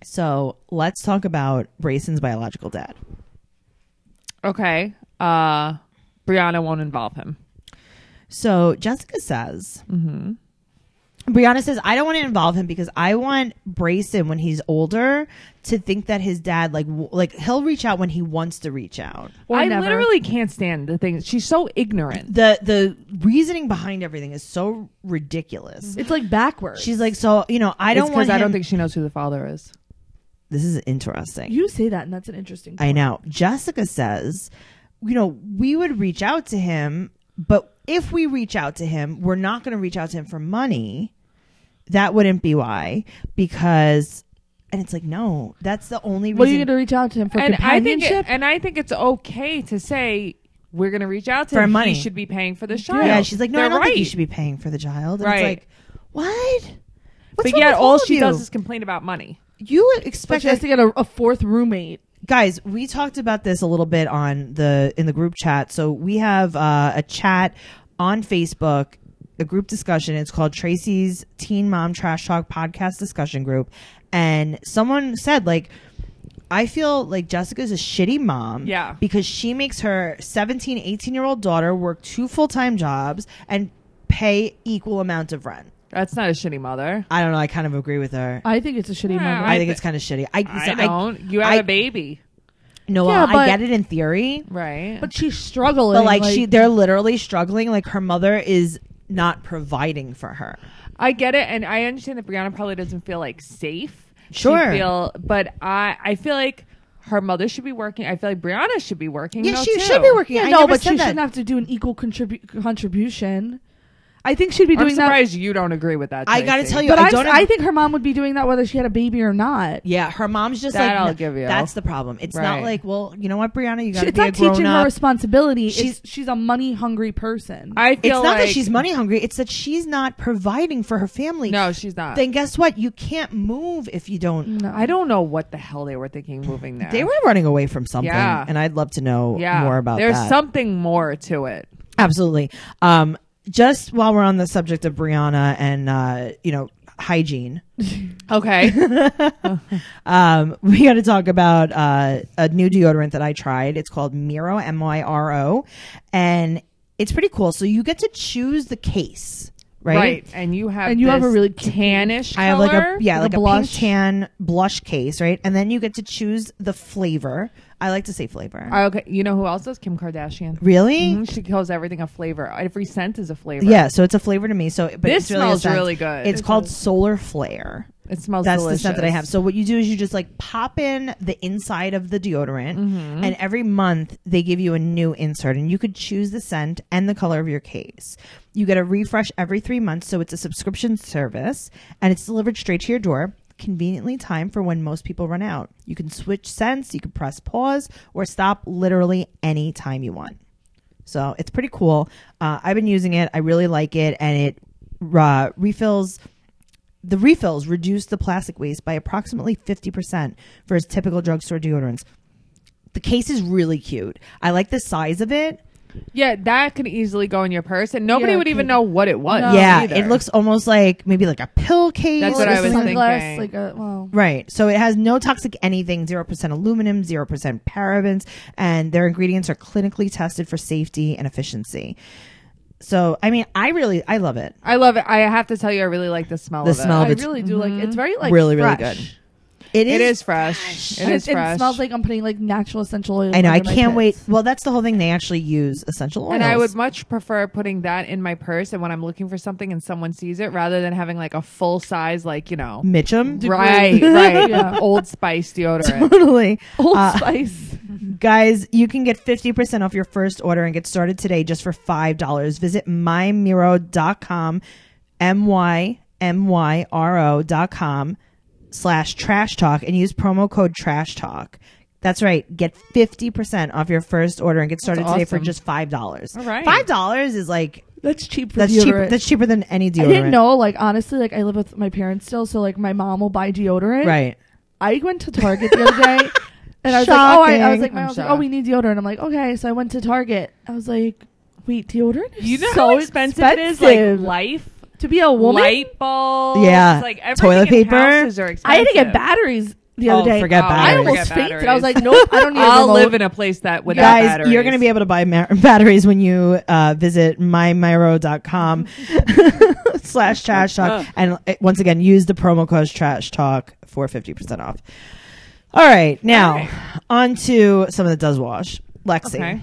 So let's talk about Brayson's biological dad.
okay. Uh, Brianna won't involve him.
So Jessica says,
Mm-hmm.
Brianna says, I don't want to involve him because I want Brayson when he's older to think that his dad like w- like he'll reach out when he wants to reach out.
Or
I
never.
literally can't stand the thing. She's so ignorant.
The the reasoning behind everything is so ridiculous.
It's like backwards.
She's like, so you know, I don't want.
because I don't
him-
think she knows who the father is.
this is interesting.
you say that, and that's an interesting.
I know. Jessica says, you know, we would reach out to him, but if we reach out to him, we're not going to reach out to him for money. That wouldn't be why, because, and it's like, no, that's the only reason.
What are you going to reach out to him for
and I think
companionship?
it, and I think it's okay to say we're going to reach out to
For
him.
money.
He should be paying for the child.
yeah, she's like, no,
They're
I don't
right.
think you should be paying for the child. And
Right.
It's like, what? What's
but
wrong
yet,
with
all,
of
she
you?
does is complain about money.
you
but
expect
she has
us-
to get a, a fourth roommate.
guys we talked about this a little bit on the in the group chat so we have uh, a chat on facebook a group discussion it's called tracy's teen mom trash talk podcast discussion group and someone said like i feel like jessica's a shitty mom
Yeah.
because she makes her 17 18 year old daughter work two full-time jobs and pay equal amounts of rent
That's not a shitty mother.
i don't know i kind of agree with her i,
I think it's a shitty
Yeah,
moment.
I
think
thi-
it's kind of shitty i,
I
so
don't. you have
I-
a baby,
no
Yeah,
i
but-
get it in theory
right?
but she's struggling.
but like, she they're literally struggling like her mother is not providing for her
I get it, and I understand that Brianna probably doesn't feel like safe. She
Sure.
feel, but I I feel like her mother should be working. I feel like Brianna should be working.
yeah
though,
she
too.
should be working
yeah,
I
no,
never
but she
said that.
shouldn't have to do an equal contribu- contribution. I think she'd be
I'm
doing that.
surprised you don't agree with that.
I gotta
Tracy.
tell you-
But
I
I,
don't
I
ag-
think her mom would be doing that whether she had a baby or not.
yeah her mom's just
That
like
I'll
no,
give you.
that's the problem it's not
Right.
like well you know what brianna you gotta
It's
be
not
a grown
teaching her
up
responsibility.
She's-
She's she's a money hungry person.
I
it's
feel
not
like
that she's money hungry it's that she's not providing for her family
No, she's not.
then guess what you can't move if you don't
no.
I don't know what the hell they were thinking moving there.
they were running away from something
Yeah.
and i'd love to know
yeah.
more about
There's
that
something more to it.
Absolutely. Um, just while we're on the subject of Brianna and uh, you know hygiene,
Okay.
um, we got to talk about uh, a new deodorant that I tried. It's called Miro M Y R O, and it's pretty cool. So you get to choose the case, right?
And you have
And you have a
this
really cute-
tannish.
I have like a
color.
yeah,
Like
like
a
a, pink
blush.
tan blush case, right? And then you get to choose the flavor. I like to say flavor.
Oh, Okay. You know who else does? Kim Kardashian.
really?
Mhm, She calls everything a flavor. Every scent is a flavor.
Yeah, so it's a flavor to me. So but
This
it's really a
smells
scent.
really good.
It's
It
called Solar Flare.
It smells
That's
delicious.
the scent that I have. So what you do is you just like pop in the inside of the deodorant,
Mm-hmm.
and every month they give you a new insert, and you could choose the scent and the color of your case. You get a refresh every three months, so it's a subscription service, and it's delivered straight to your door. Conveniently timed for when most people run out. You can switch scents, you can press pause or stop literally any time you want. So it's pretty cool. Uh, I've been using it. I really like it, and it uh, refills. The refills reduce the plastic waste by approximately fifty percent versus typical drugstore deodorants. The case is really cute. I like the size of it.
Yeah, that could easily go in your purse, and nobody
Yeah,
would
it
even
could.
know what it was.
No.
yeah,
either.
it looks almost like maybe like a pill case.
That's
or
what I was
something.
sunglass,
thinking.
Like a, well,
Right. So it has no toxic anything, 0% aluminum, 0% parabens, and their ingredients are clinically tested for safety and efficiency. So, I mean, I really, I love it.
I love it. I have to tell you, I really like the smell.
The
of
smell
It.
of
I
Oh, it's mm-hmm.
really do like. It's very like
really, really
fresh.
good. It is.
It is fresh. It
And
is
it, and
fresh.
it smells like I'm putting like natural essential oil.
I know. I
under my
can't wait.
pits.
Well, that's the whole thing. They actually use essential oils.
And I would much prefer putting that in my purse, and when I'm looking for something and someone sees it, rather than having like a full size, like you know,
Mitchum.
right, right,
Yeah.
Old Spice deodorant.
Totally.
Old
Uh,
Spice.
Guys, you can get 50% off your first order and get started today just for $5. Visit mymiro.com, M-Y-M-Y-R-O dot com slash trash talk and use promo code trash talk. That's right. Get 50% off your first order and get started today for
awesome.
just $5.
All right.
$5 is like,
That's cheap for
that's
deodorant.
cheaper. That's cheaper than any deodorant.
I didn't know. Like honestly, like I live with my parents still, so like my mom will buy deodorant.
Right.
I went to Target the other day, and I was like, oh, I, I was
Shocking.
like, my
I'm
mom's like, oh,
shocked.
we need deodorant. I'm like, okay. So I went to Target. I was like, wait, deodorant? Is
You know
so
how expensive, it is,
expensive.
like life,
to be a woman.
light bulbs,
Yeah.
like
Toilet
everything in
paper.
houses are
I had to get
expensive.
batteries the other
Oh,
day.
forget
I
batteries.
almost
Forget
fainted. I was
batteries.
like, nope, I don't need.
I'll
a
live in a place that without
Guys,
batteries.
you're going to be able to buy ma- batteries when you uh, visit mymyro.com slash trash
Oh.
talk. And uh, once again, use the promo code trash talk for 50% off. All right. Now,
All right.
on to someone that does wash. Lexi.
Okay.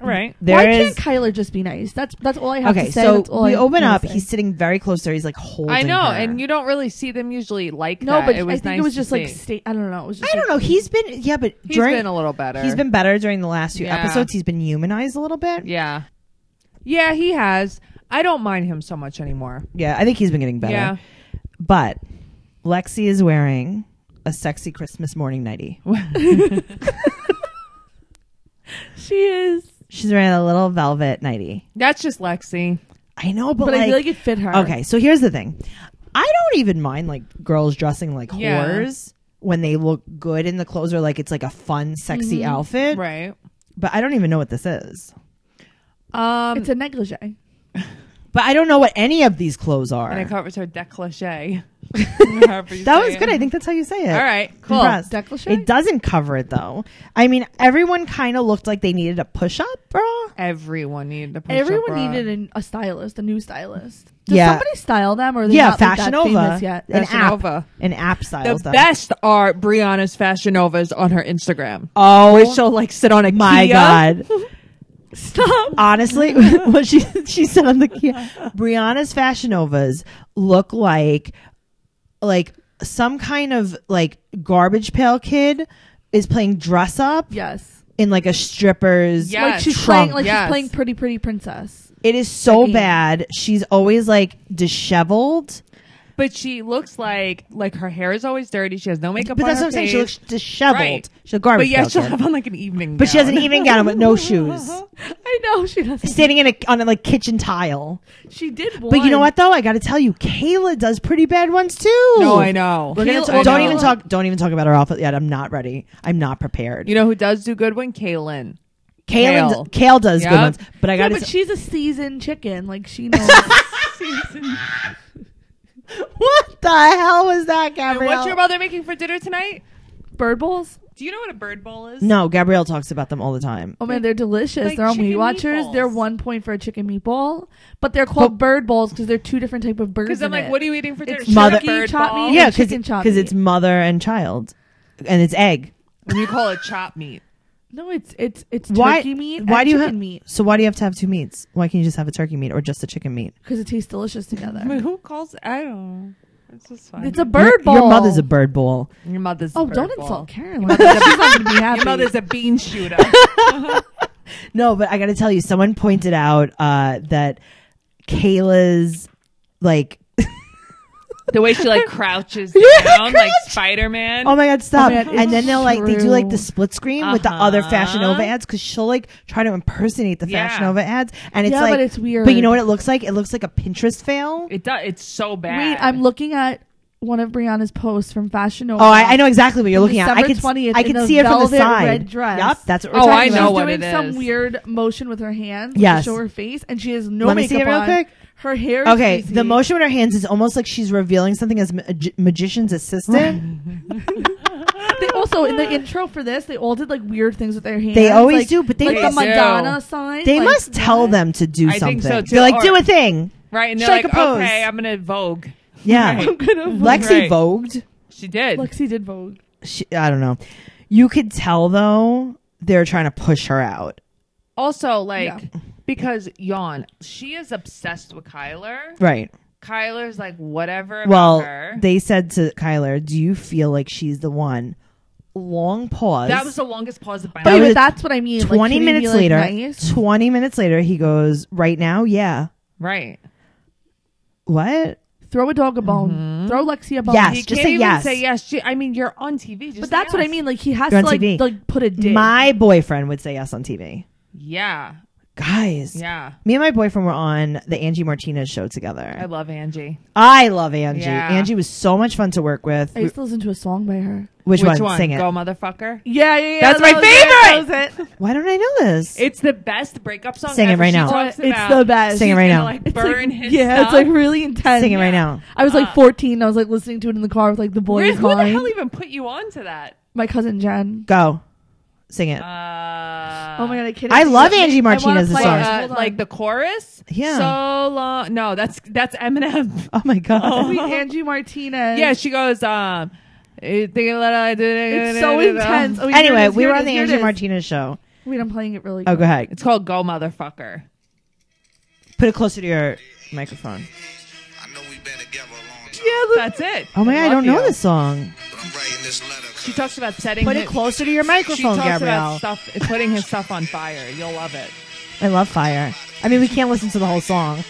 All right.
Why
There
can't
is.
Kyler just be nice? That's that's all I have
okay,
to say.
so
That's all
we
I
open
wanna
up.
say.
He's sitting very close to her. He's like holding.
I know,
her.
and you don't really see them usually like
no,
that.
but
it
I
was
think
nice
it was
to
just like
see.
sta- I don't know. It was just
I don't
like-
know. He's been yeah, but
He's
during
been a little better.
he's been better during the last few
Yeah.
episodes. He's been humanized a little bit.
Yeah. Yeah, he has. I don't mind him so much anymore.
Yeah, I think he's been getting better.
Yeah.
But Lexi is wearing a sexy Christmas morning nightie.
She is,
She's wearing a little velvet nightie.
That's just Lexi.
I know, but,
but I feel like it fit her.
okay. So here's the thing. I don't even mind like girls dressing like
Yeah.
whores when they look good in the clothes or like it's like a fun, sexy outfit.
Mm-hmm. Right.
But I don't even know what this is.
Um
it's a negligee.
But I don't know what any of these clothes are.
and it covers her décolleté.
that was good. I think that's how you say it.
All right, cool.
Impressed.
Décolleté?
It doesn't cover it though. I mean, everyone kind of looked like they needed a push up bra.
Everyone needed a push-up
Everyone
bra.
needed an, a stylist, a new stylist. Does
Yeah.
somebody style them, or are they
Yeah,
not, like, that
Fashion Nova.
famous yet?
An
Fashion
app.
Nova.
An app
The
styles them.
best are Brianna's fashion novas on her Instagram.
Oh,
Where she'll like sit on a
my
Kia.
god!
Stop.
Honestly, what she she said on the Kia, Brianna's Fashion Novas look like like some kind of like garbage pail kid is playing dress up
Yes.
in like a stripper's
Yes.
Like she's
trunk.
playing, like
Yes.
she's playing pretty, pretty princess.
It is so
Again.
bad. She's always like disheveled.
But she looks like like her hair is always dirty. She has no makeup.
But
on
that's
her
what I'm saying. She
face.
looks disheveled.
Right.
She's a garbage
But yeah,
pail
she'll
kid.
have on like an evening.
But she has an
gown.
evening gown on, but no shoes.
I know she doesn't.
Standing in a, on a like kitchen tile.
She did. One.
But you know what though? I got to tell you, Kayla does pretty bad ones too.
No, I know.
We're gonna
Kayla-
ta-
I
don't
know.
even talk. Don't even talk about her outfit yet. I'm not ready. I'm not prepared.
You know who does do good one? Kaylin.
Kayla,
Kale.
Kale. Kale does good
Yeah.
ones, but I
Yeah,
got
but
to.
she's a seasoned chicken. Like she knows.
what the hell was that,
And
Gabrielle?
what's your mother making for dinner tonight?
Bird bowls.
Do you know what a bird bowl is?
no, Gabrielle talks about them all the time.
Oh man, they're delicious.
like
they're on
chicken
Weight Watchers.
meatballs.
They're one point for a chicken meatball, but they're called bird bowls because they're two different type of birds.
Because I'm
in
like,
it.
what are you eating for dinner?
It's
mother-
Turkey, bird
chop
ball?
meat.
yeah,
and oh, chicken chop
because it's
meat.
mother and child, and it's egg.
And you call it chop meat.
No, it's it's it's
Why-
turkey meat.
why
and
do you
chicken
have-
meat?
So why do you have to have two meats? Why can't you just have a turkey meat or just a chicken meat?
Because it tastes delicious
I mean,
together.
who calls? I don't. know. It's just fine.
it's a bird bowl.
Your, your mother's a bird bowl.
your mother's. a
Oh,
bird
don't
bowl.
insult Karen. Like, she's not gonna be happy.
Your mother's a bean shooter.
No, but I got to tell you, someone pointed out uh, that Kayla's like,
the way she like crouches down
Yeah,
like
crouch.
Spider Man.
Um,
oh my god, stop!
man,
and then they'll like they do
true.
like the split screen with the other Fashion Nova
Uh-huh.
ads because she'll like try to impersonate the Fashion
Yeah.
Nova ads, and it's
Yeah,
like
but it's weird.
But you know what it looks like? It looks like a Pinterest fail.
it does. It's so bad.
Wait, I'm looking at one of Brianna's posts from Fashion Nova.
Oh, I, I know exactly what you're
From
looking at. I
December
could,
20th
I
in
could
a
see it from the
velvet
side.
red dress.
Yep, that's what we're
Oh,
talking
I
about.
know
She's
what
doing
it
some
is.
weird motion with her hands
Yes.
to show her face, and she has no
Let me
makeup
see it real
on.
quick.
Her hair. Is
Okay,
crazy.
the motion with her hands is almost like she's revealing something as mag- magician's assistant.
They also in the intro for this, they all did like weird things with their hands.
They always
like-
do, but they
like the
must- They do.
Madonna sign.
They
like-
must tell them to do
I
something.
think so, too.
They're like,
Or-
do a thing.
right, and they're
Strike
like,
a pose.
okay, I'm gonna Vogue.
Yeah.
Right.
I'm gonna.
Lexi
Right.
vogued.
She did.
Lexi did Vogue.
She, I don't know. You could tell though they're trying to push her out.
Also, like
Yeah.
because yawn, she is obsessed with Kyler.
Right.
Kyler's like whatever. About
Well,
her.
they said to Kyler, "Do you feel like she's the one?" Long pause.
that was the longest pause of my
But
But
it
life.
was-
that's what I mean. Like,
twenty
can you be,
minutes
like,
later.
nice?
Twenty minutes later, he goes, "Right now, yeah."
Right.
What?
Throw a dog a bone. Throw Lexi a bone.
Yes.
You
Just
can't
say
even
yes.
say yes. She, I mean, you're on TV. Just
But
say
that's what I
yes.
mean. Like he has
You're
to
on
like
TV.
like put a dig.
My boyfriend would say yes on TV.
Yeah.
Guys,
Yeah.
me and my boyfriend were on the Angie Martinez show
I
together.
love Angie.
I, love Angie.
Yeah.
Angie was so much fun to work with.
I used to listen to a song by her.
Which, one? Sing it.
Go motherfucker.
Yeah, yeah, yeah.
That's my
that was it,
Why don't I know this?
It's the best breakup song.
Sing it
ever.
right
She
now.
that was
talks
it. It's
about-
the best.
Sing it right
gonna,
now.
Like
It's like,
burn his
yeah, it's
stuff.
like really intense.
Sing it right now.
I was like
Uh.
14. I was like listening to it in the car with like the
Where-
boys.
who the
mine.
hell even put you on to that?
My cousin Jen.
Go. Sing it.
Uh,
oh my god, I kid.
I love
it.
Angie Martinez'
play,
Like,
song.
uh,
uh,
Hold on.
like the chorus.
Yeah.
So long. No, that's that's Eminem.
oh my God.
Oh.
Sweet Angie
Oh.
Martinez.
yeah, she goes. Um, you think let I do
It's so intense. Oh, here it
anyway,
is,
we
here
were
it
on
is,
the
here it
Angie
is.
Martinez show.
Wait, I'm playing it really.
Oh, go ahead.
It's called Go Motherfucker.
Put it closer to your microphone.
I know we've been together a long time,
Yeah, look.
That's it.
Oh my God, I
Love
don't know
you.
this song.
but I'm writing this letter. 'cause
She talks about setting.
Put it
his-
closer to your
She
microphone,
talks about
Gabrielle.
stuff, putting his stuff on fire. You'll love it.
I love fire. I mean, we can't listen to the whole song.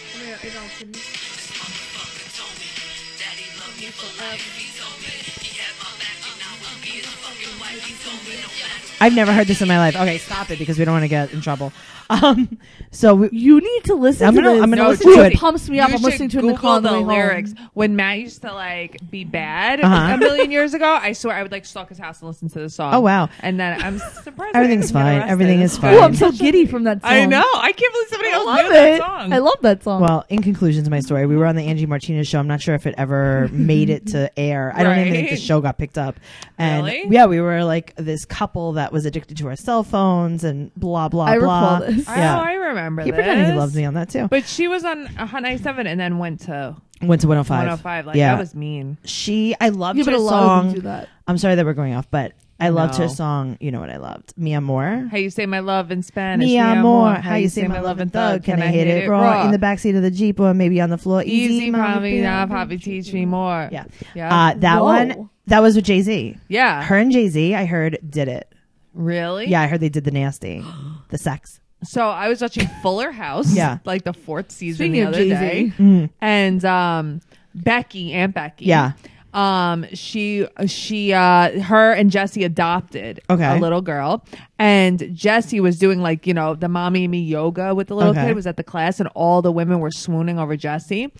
I've never heard this in my life. Okay, stop it because we don't want to get in trouble. Um, so we,
You need to listen
I'm
to
gonna-
this.
I'm gonna
No,
listen to
Ooh,
it.
pumps me up.
You
I'm
should
listening to it in the
Google
car on the way home.
lyrics. When Matt used to like be bad
Uh-huh.
a million years ago, I swear I would like stalk his house and listen to the song.
Oh, wow.
And then I'm surprised. I
Everything's
didn't get
fine.
arrested.
Everything is fine.
Oh, I'm so giddy from that song.
I know. I can't believe somebody
I
else
love
knew that
it.
song.
I love that song.
Well, in conclusion to my story, we were on the Angie Martinez show. I'm not sure if it ever made it to air. I don't even think the
Right.
show got picked up. And
Really?
yeah, we were like this couple that was addicted to our cell phones and blah blah
I
blah.
recall this.
Oh,
Yeah.
I remember.
he pretended he
this.
loved me on that too.
But she was on a Hot 97 and then went to
Went to 105.
105. Like
yeah,
that was mean.
she. I loved
Yeah, but
her
a lot of them
song.
do that.
I'm sorry that we're going off, but I loved her
No.
song. You know what I loved? Mia Moore.
How you say my love in Spanish?
Mi
Mi
amor, how you say my love and thug? Can I hit it raw in the backseat of the jeep or maybe on the floor?
Easy, mommy,
baby.
now, poppy, teach me more.
Yeah.
yeah,
Uh, that
Whoa.
one, that was with Jay Z.
yeah.
Her and Jay Z, I heard, did it.
Really?
Yeah, I heard they did the nasty, the sex.
So I was watching Fuller House,
Yeah.
like the fourth season
Speaking
the
of
other
Jay-Z.
day, and um, Becky, Aunt Becky,
Mm. Yeah.
um, she she uh, her and Jesse adopted
Okay.
a little girl, and Jesse was doing like you know the mommy and me yoga with the little
Okay.
kid was at the class, and all the women were swooning over Jesse,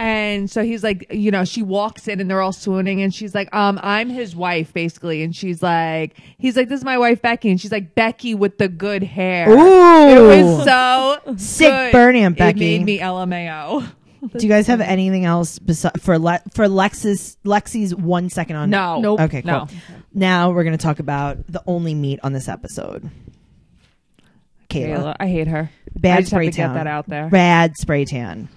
and so he's like, you know, she walks in and they're all swooning, and she's like, um, I'm his wife basically, and she's like, he's like, this is my wife Becky, and she's like, Becky with the good hair, it was so
Sick
good.
burning, Becky.
It made me LMAO.
Do you guys have anything else besi- for Le- for Lexus Lexi's one second on?
No.
Nope.
Okay, cool.
No.
Now we're gonna talk about the only meat on this episode. Kayla,
Kayla, I hate her. I
bad
just have
spray
to
tan.
get that out there.
Bad spray tan.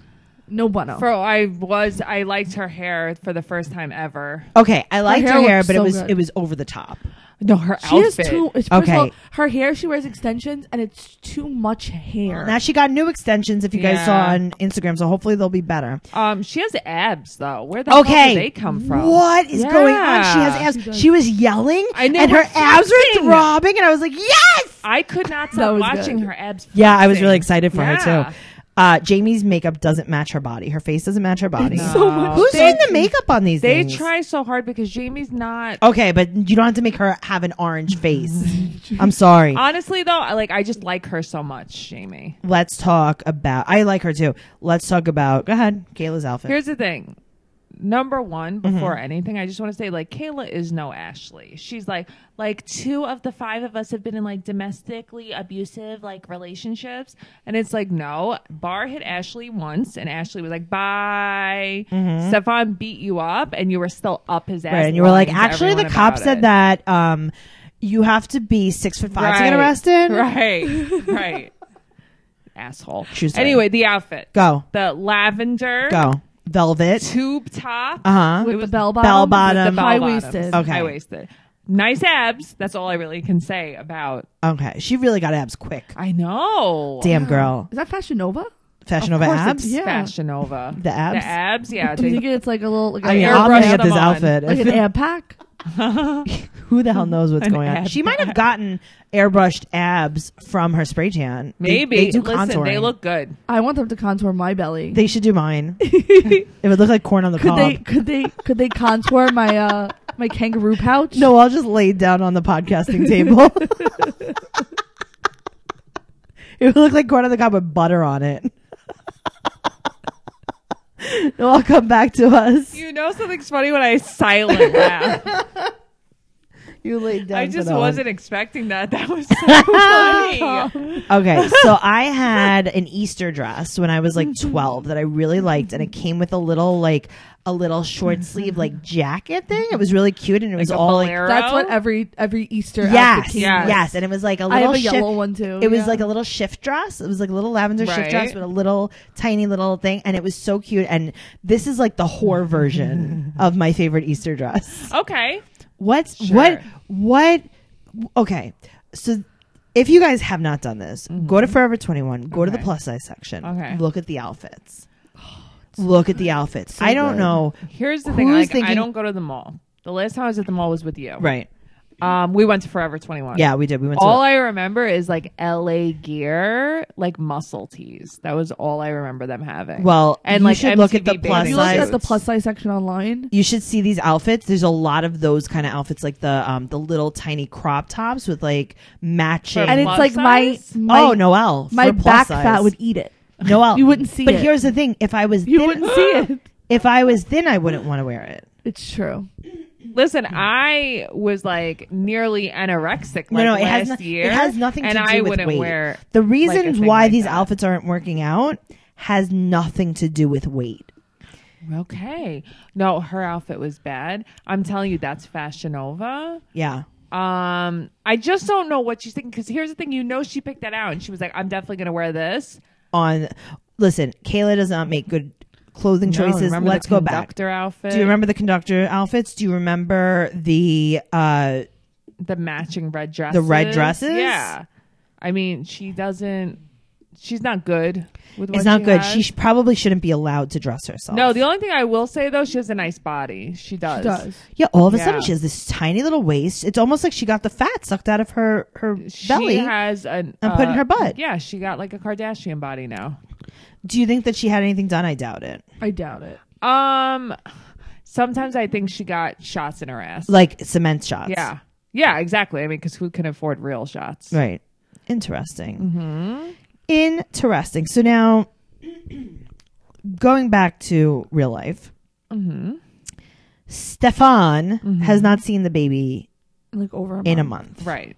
No bueno.
Bro, I was I liked her hair for the first time ever.
Okay, I liked her
hair
hair,
looks
but it
so
was
good.
it was over the top.
No, her
she has
outfit.
too. It's, first
Okay.
of all, her hair. She wears extensions, and it's too much hair.
Now she got new extensions. If you guys
Yeah.
saw on Instagram, so hopefully they'll be better.
um, she has abs though. Where the hell
Okay.
did they come from?
What is going on? She
Yeah.
has
She
abs.
does.
She, was yelling
I know,
and her
we're
abs were
flexing.
throbbing and I was like, "Yes!"
I could not
That
stop
was
watching
good.
her abs.
Yeah, I was
flexing.
really excited for her
Yeah.
too. Uh, Jamie's makeup doesn't match her body. Her face doesn't match her body.
It's so much.
Who's
They-
doing the makeup on these
They
things?
try so hard because Jamie's not
Okay, but you don't have to make her have an orange face. I'm sorry.
honestly though, I like I just like her so much, Jamie.
Let's talk about. I like her too. Let's talk about. Go ahead, Kayla's outfit.
Here's the thing. Number one,
Mm-hmm.
before anything, I just want to say like Kayla is no Ashley. She's like like two of the five of us have been in like domestically abusive like relationships, and it's like no. Barr hit Ashley once, and Ashley was like, "Bye." Stefan beat you up, and you were still up his ass.
Mm-hmm. Right, and you were
lying
like,
to
actually, the
everyone
cop
about
said
it."
that um, you have to be six foot five to get
Right.
arrested.
Right, right. Asshole.
She's right.
Anyway, the outfit.
Go,
The lavender
go, velvet.
tube top.
Uh huh.
with the bell bottom,
bell bottom.
the
high waisted.
Um, Okay.
High waisted. Nice abs. That's all I really can say about.
Okay, she really got abs quick.
I know.
Damn girl,
Is that Fashion Nova?
fashion over
Of course
abs.
It's
Yeah.
Fashion Nova.
The abs?
The abs. Yeah.
Do you
they-
think it's like a little like,
I
an
mean,
air-
I'm gonna
airbrushed
get this
them on.
outfit.
like an
If-
ab pack?
who the hell knows what's
An
going on?
ab
She might have gotten airbrushed abs from her spray tan. They-
maybe.
they, do
Listen, they
contouring.
look good.
I want them to contour my belly.
They should do mine. it would look like corn on the
could
cob.
they? Could they? Could they contour my uh my kangaroo pouch?
No, I'll just lay down on the podcasting table. It would look like corn on the cob with butter on it. It'll all come back to us.
You know something's funny when I silent laugh.
You laid down.
I
for
just
that one.
wasn't expecting that. That was so funny.
Okay, so I had an Easter dress when I was like 12 that I really liked, and it came with a little like a little short sleeve like jacket thing. It was really cute, and it was
Like a
all like
bolero?
That's what every every Easter.
yes,
outfit came
yes,
Yes.
with.
and it was like a
I
little
have a
shift-
yellow one too.
It was
yeah.
like a little shift dress. It was like a little lavender shift
Right.
dress with a little tiny little thing, and it was so cute. And this is like the whore version of my favorite Easter dress.
Okay.
What's
Sure.
what what okay. So if you guys have not done this, go
Mm-hmm.
to Forever 21, go to the
Okay.
plus size section.
Okay.
Look at the outfits. Look at the outfits. I don't
Oh, good.
know.
Here's the thing.
Who's
Like, I
thinking-
don't go to the mall. The last time I was at the mall was with you.
Right.
Um, we went to Forever 21.
Yeah, we did. We went
All
to
I remember is like LA gear, like muscle tees. That was all I remember them having.
Well,
and
you
like
should look at
MTV
the plus
If
bathing
you look
size.
at the
suits.
plus size section online,
you should see these outfits. There's a lot of those kind of outfits, like the um the little tiny crop tops with like matching.
For
and it's
plus
like my,
size?
my
oh, Noel,
my
for plus
back
size.
fat would eat it.
Noel,
you wouldn't see
But
it.
here's the thing: if I was
You
thin-
wouldn't see it.
If I was thin, I wouldn't want to wear it.
It's true.
Listen,
Hmm.
I was like nearly anorexic like
no, no,
last
it has no-
year.
It has nothing
and
to do
I
with
wouldn't
weight.
wear
the
like, a
reasons
thing
why
like
these
that.
outfits aren't working out has nothing to do with weight.
Okay. No, her outfit was bad. I'm telling you, that's Fashion Nova.
Yeah.
Um, I just don't know what she's thinking because here's the thing: you know, she picked that out, and she was like, "I'm definitely gonna wear this."
On listen, Kayla does not make good clothing choices.
Remember
Let's
the
go back.
conductor outfit.
Do you remember the conductor outfits? Do you remember the uh
the matching red dresses?
The red dresses?
Yeah. I mean, she doesn't. She's not good. With what
it's not
she
good.
has.
She sh- probably shouldn't be allowed to dress herself.
no, the only thing I will say though, she has a nice body. She does.
It does.
yeah, all of a
Yeah.
sudden she has this tiny little waist. It's almost like she got the fat sucked out of her her
She
belly.
has an. uh,
and put in her butt.
Yeah, she got like a Kardashian body now.
do you think that she had anything done? I doubt it.
I doubt it.
Um, sometimes I think she got shots in her ass.
Like cement shots.
yeah, yeah, exactly. I mean, because who can afford real shots?
Right. Interesting.
Mm-hmm.
Interesting. So now, going back to real life,
Mm-hmm.
Stefan has not seen the baby
Like over a
in a
month.
month.
Right.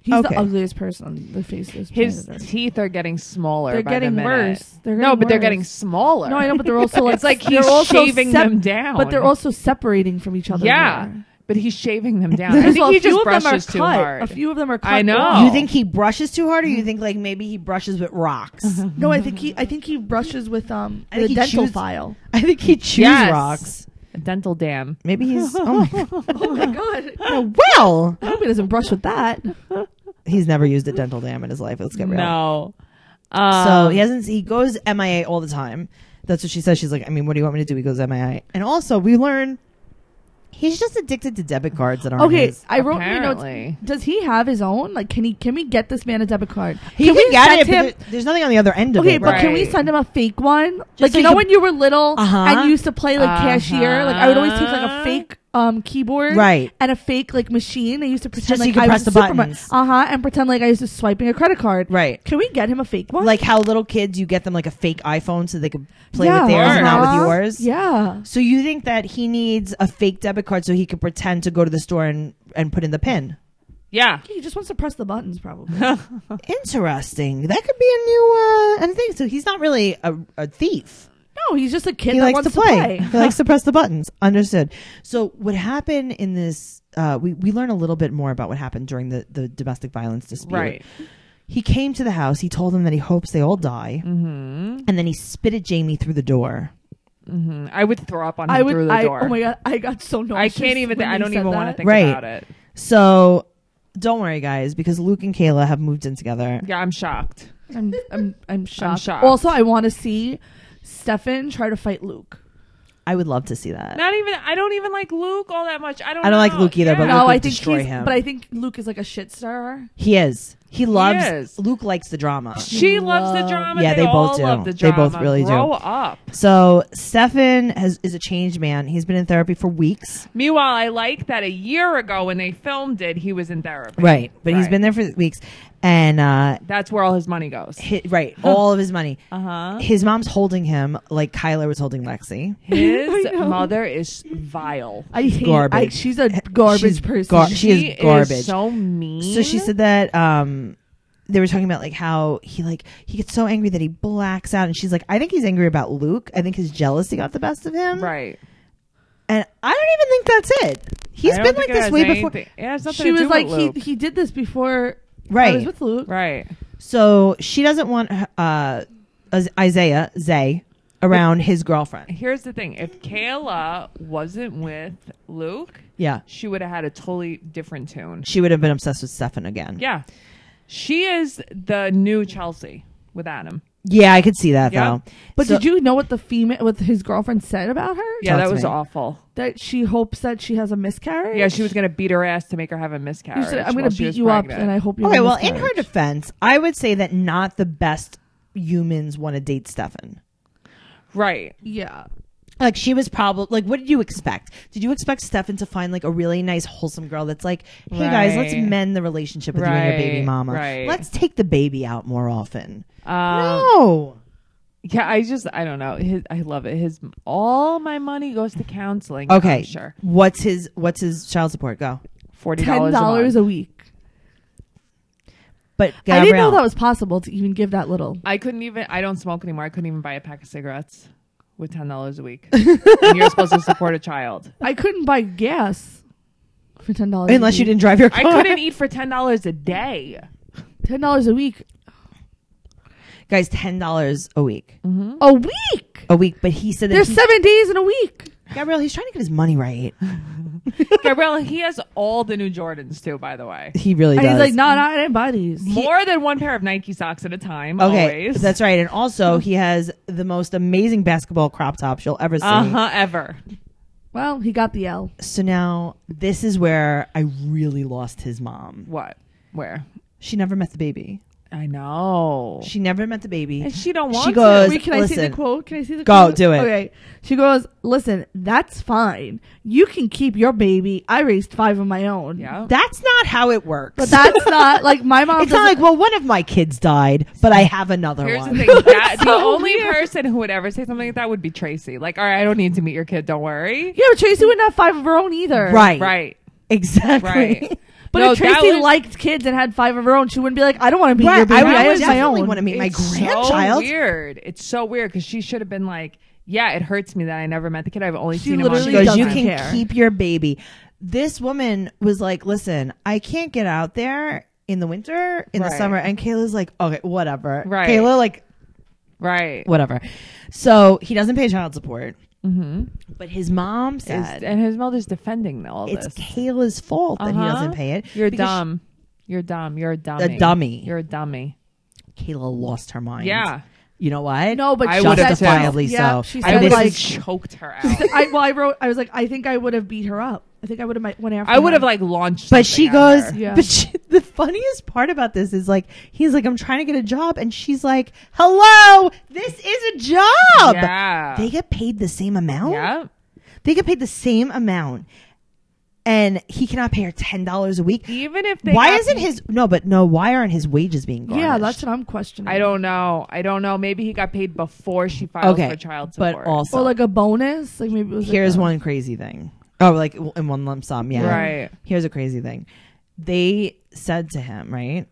He's
Okay.
the ugliest person on the face of this
His
planet Earth.
teeth are getting smaller.
They're
by
getting
the minute.
worse. They're
no,
getting
but they're
worse.
getting smaller.
No, I know, but they're also like
It's like
they're
he's
also
shaving
sep-
them down.
But they're also separating from each other.
yeah.
more.
But he's shaving them down. I
First of
think
all,
he
a few
just
of them are
brushes
cut.
too hard.
A few of them are cut.
I know.
off.
Oh. Mm-hmm.
You think he brushes too hard, or you think like maybe he brushes with rocks?
No, I think he. I think he brushes with um
I
with
think
a
he
dental
chews-
file.
I think he chews
Yes.
rocks.
A dental dam.
Maybe he's oh my god.
oh my god!
No, well,
I hope he doesn't brush with that.
he's never used a dental dam in his life. Let's get real.
No. Um,
So he hasn't. He goes MIA all the time. That's what she says. She's like, I mean, what do you want me to do? He goes MIA, and also we learn he's just addicted to debit cards that aren't
Okay,
his.
I wrote. You know,
Apparently.
does he have his own? Like, can he? Can we get this man a debit card?
He
can
can
we
get it,
send him?
but there- there's nothing on the other end of
Okay,
it.
but can
Right.
we send him a fake one? like
so
you
you
know
can-
when you were little
Uh-huh.
and you used to play like cashier. Like I would always take like a
Uh-huh.
fake um keyboard,
Right.
and a fake like machine. I used to pretend
Just so
like
you could
I
press
was
the
a supermarket,
buttons.
uh huh, and pretend like I was just swiping a credit card.
Right.
Can we get him a fake one?
Like how little kids, you get them like a fake iPhone so they could play
Yeah.
with theirs and not
Uh-huh.
with yours.
Yeah.
So you think that he needs a fake debit card so he could pretend to go to the store and, and put in the pin?
yeah.
He just wants to press the buttons, probably.
Interesting. That could be a new uh, a thing. So he's not really a, a thief.
no, he's just a kid
he
that
likes
wants
to play. he likes to press the buttons. Understood. So what happened in this? Uh, we we learn a little bit more about what happened during the the domestic violence dispute.
Right.
He came to the house. He told them that he hopes they all die,
Mm-hmm.
and then he spit at Jamie through the door.
hmm I would throw up on him
I would.
through the
I,
door.
oh my god, I got so nauseous.
I can't even.
when
I
you
don't
said
even want
that.
to think
Right.
about it.
So don't worry, guys, because Luke and Kayla have moved in together.
Yeah, I'm shocked.
I'm, I'm, I'm shocked.
shocked.
Also, I want to see Stefan try to fight Luke.
I would love to see that.
Not even. I don't even like Luke all that much. I don't.
I don't like
know.
Luke either, but
Yeah.
Luke
No,
would
I think
destroy
he's,
him.
but I think Luke is like a shit stirrer.
He is. He loves.
is.
Luke likes the drama.
she loves the
Love.
drama.
Yeah,
they,
they both
all
do.
Love the
They
drama.
both really do.
Grow up.
So Stefan has is a changed man. He's been in therapy for weeks.
Meanwhile, I like that a year ago when they filmed it, he was in therapy.
Right. But he's
Right.
been there for weeks. and uh,
That's where all his money goes.
hi right, all of his money.
Uh huh.
His mom's holding him like Kyler was holding Lexi.
His
I know.
mother is vile.
I hate.
Garbage.
I, she's a garbage
She's
person.
gar- she is garbage.
so mean.
So she said that um they were talking about like how he like he gets so angry that he blacks out and she's like I think he's angry about Luke. I think his jealousy got the best of him.
right.
And I don't even think that's it.
I
He's been
don't think
like
it
this
has
way before.
anything- Yeah, it's nothing
she
to
was
do
like,
with
he
Luke.
he did this before. I was
Right.
with Luke.
right.
So she doesn't want uh Is- Isaiah Zay around his girlfriend.
Here's the thing: if Kayla wasn't with Luke,
Yeah.
she would have had a totally different tune.
She would have been obsessed with Stefan again.
Yeah, she is the new Chelsea with Adam.
Yeah, I could see that
Yeah.
though.
But
So-
did you know what the female, what his girlfriend said about her?
Yeah,
Talk
that
to
was
me.
awful.
That she hopes that she has a miscarriage.
Yeah, she was gonna beat her ass to make her have a
She
miscarriage.
said, I'm
while
going to
she
beat
was
you up,
pregnant."
and I hope you.
Okay,
have a
well, in her
miscarriage."
defense, I would say that not the best humans want to date Stefan.
right.
yeah,
Like she was probably like, what did you expect? Did you expect Stefan to find like a really nice, wholesome girl that's like, hey guys, let's
Right.
mend the relationship with you and your baby
Right,
mama.
right.
Let's take the baby out more often.
Um,
no,
Yeah, I just I don't know. His, I love it. His all my money goes to counseling.
okay.
I'm sure.
What's his What's his child support? Go.
Forty
ten
dollars
dollars
a month.
a week.
But
I didn't know
Gabrielle-
that was possible to even give that little.
I couldn't even. I don't smoke anymore. I couldn't even buy a pack of cigarettes with ten dollars a week. and you're supposed to support a child.
I couldn't buy gas for ten dollars
unless you didn't drive your
I
car.
couldn't eat for ten dollars a day.
ten dollars a week
e-,
Guys, ten dollars a week,
a week.
a week. But he said that
There's
he-
seven days in a week.
Gabrielle, he's trying to get his money right.
Gabriella, he has all the new Jordans too. By the way,
He really
And
does.
he's like, no, no, I didn't buy these.
more than one pair of Nike socks at a time.
Okay,
always.
that's right. And also, he has the most amazing basketball crop tops you'll ever see.
uh huh. Ever.
Well, he got the L.
So now this is where I really lost his mom.
What? Where?
She never met the baby.
I know.
She never met the baby.
and she don't
She
want.
goes-
To.
Wait, can I see
listen.
the quote? Can I see the
Go,
quote?
do it.
Okay. She goes, listen, that's fine. You can keep your baby. I raised five of my own.
Yeah.
That's not how it works.
But that's not like my mom.
it's not like,
doesn't-
well, one of my kids died, but I have another
Here's
one.
the thing. That, the only person who would ever say something like that would be Tracy. Like, all right, I don't need to meet your kid. Don't worry.
yeah, but Tracy wouldn't have five of her own either.
right.
Right.
Exactly.
Right.
But
No,
if
that
Tracy
was-
liked kids and had five of her own, she wouldn't be like, I don't want to be your
Right,
baby.
I would
I raised my
definitely
own.
want to meet my
It's
grandchild.
So weird. It's so weird because she should have been like, yeah, it hurts me that I never met the kid. I've only
She
seen him. On
She
literally
FaceTime."
goes,
doesn't
You can
care.
keep your baby. This woman was like, Listen, I can't get out there in the winter, in the
Right.
summer. And Kayla's like, Okay, whatever.
Right.
Kayla, like,
right.
whatever. So he doesn't pay child support. But his mom
Mm-hmm. Is-
said
and his mother's defending all
it's
this.
Kayla's fault that he
Uh-huh.
doesn't pay it.
You're
because
dumb. You're dumb. You're a dummy.
dummy.
You're a dummy.
she- Kayla lost her mind.
Yeah.
You know what?
No, but
I
she
would've
said-
justifiably so.
Yeah, she
I
I
said,
would
would've
have
like,
choked her out.
I, well, I wrote, I was like, I think I would have beat her up. I think I would have mi- went after
I would
her.
have like launched.
But
something
she
at
goes,
her.
Yeah.
but she, the funniest part about this is like, he's like, I'm trying to get a job. And she's like, hello, this is a job.
Yeah.
They get paid the same amount.
yeah.
They get paid the same amount. And he cannot pay her $10 a week.
Even if they
Why
got
isn't his, no, but no, why aren't his wages being garnished?
Yeah, that's what I'm questioning.
I don't know. I don't know. Maybe he got paid before she filed
okay.
for child support.
but also,
Or like a bonus. Like maybe it was like
here's
a-
one crazy thing. Oh, like w- in one lump sum. Yeah.
Right.
Here's a crazy thing. They said to him, right?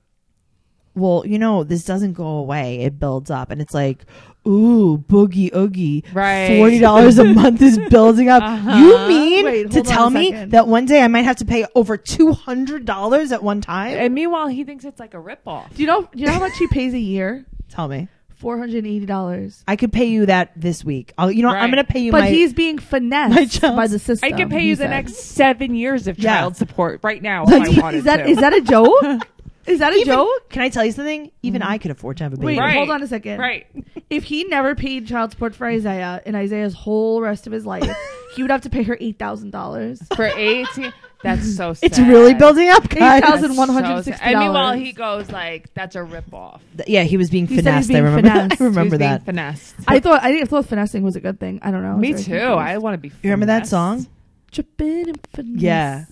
Well, you know, this doesn't go away. It builds up. And it's like, ooh, boogie oogie.
Right.
$40 a month is building up. You mean
Uh-huh. Wait,
to
hold on
tell
a
me
second.
that one day I might have to pay over $200 at one time?
and meanwhile, he thinks it's like a ripoff.
Do you know? Do you know how much he pays a year?
tell me.
Four hundred and eighty dollars.
I could pay you that this week. I'll, you know,
Right.
I'm going to pay you
But
my.
he's being
my
finessed
child-
by the system.
I could pay
he
you the
said.
next seven years of
Yeah.
child support right now if I wanted
Is that
to.
is that a joke? Is that a
Even-
joke?
Can I tell you something? Even I could afford to have a baby.
Mm-hmm. Wait,
Right.
hold on a second.
right?
If he never paid child support for Isaiah in Isaiah's whole rest of his life, he would have to pay her eight thousand dollars.
For eighteen, that's so. Sad.
It's really building up, guys.
That's so
$1,160.
sad. and meanwhile, he goes like, "That's a ripoff."
Th- Yeah, he was being
He said he was
finessed.
being
I remember.
finessed.
I
He
remember
was
that.
Being finessed.
I thought I didn't- I thought finessing was a good thing. I don't know. I was
Me
very
too.
confused.
I want to be. Finessed.
You remember that song?
Tripping and finesse.
Yeah.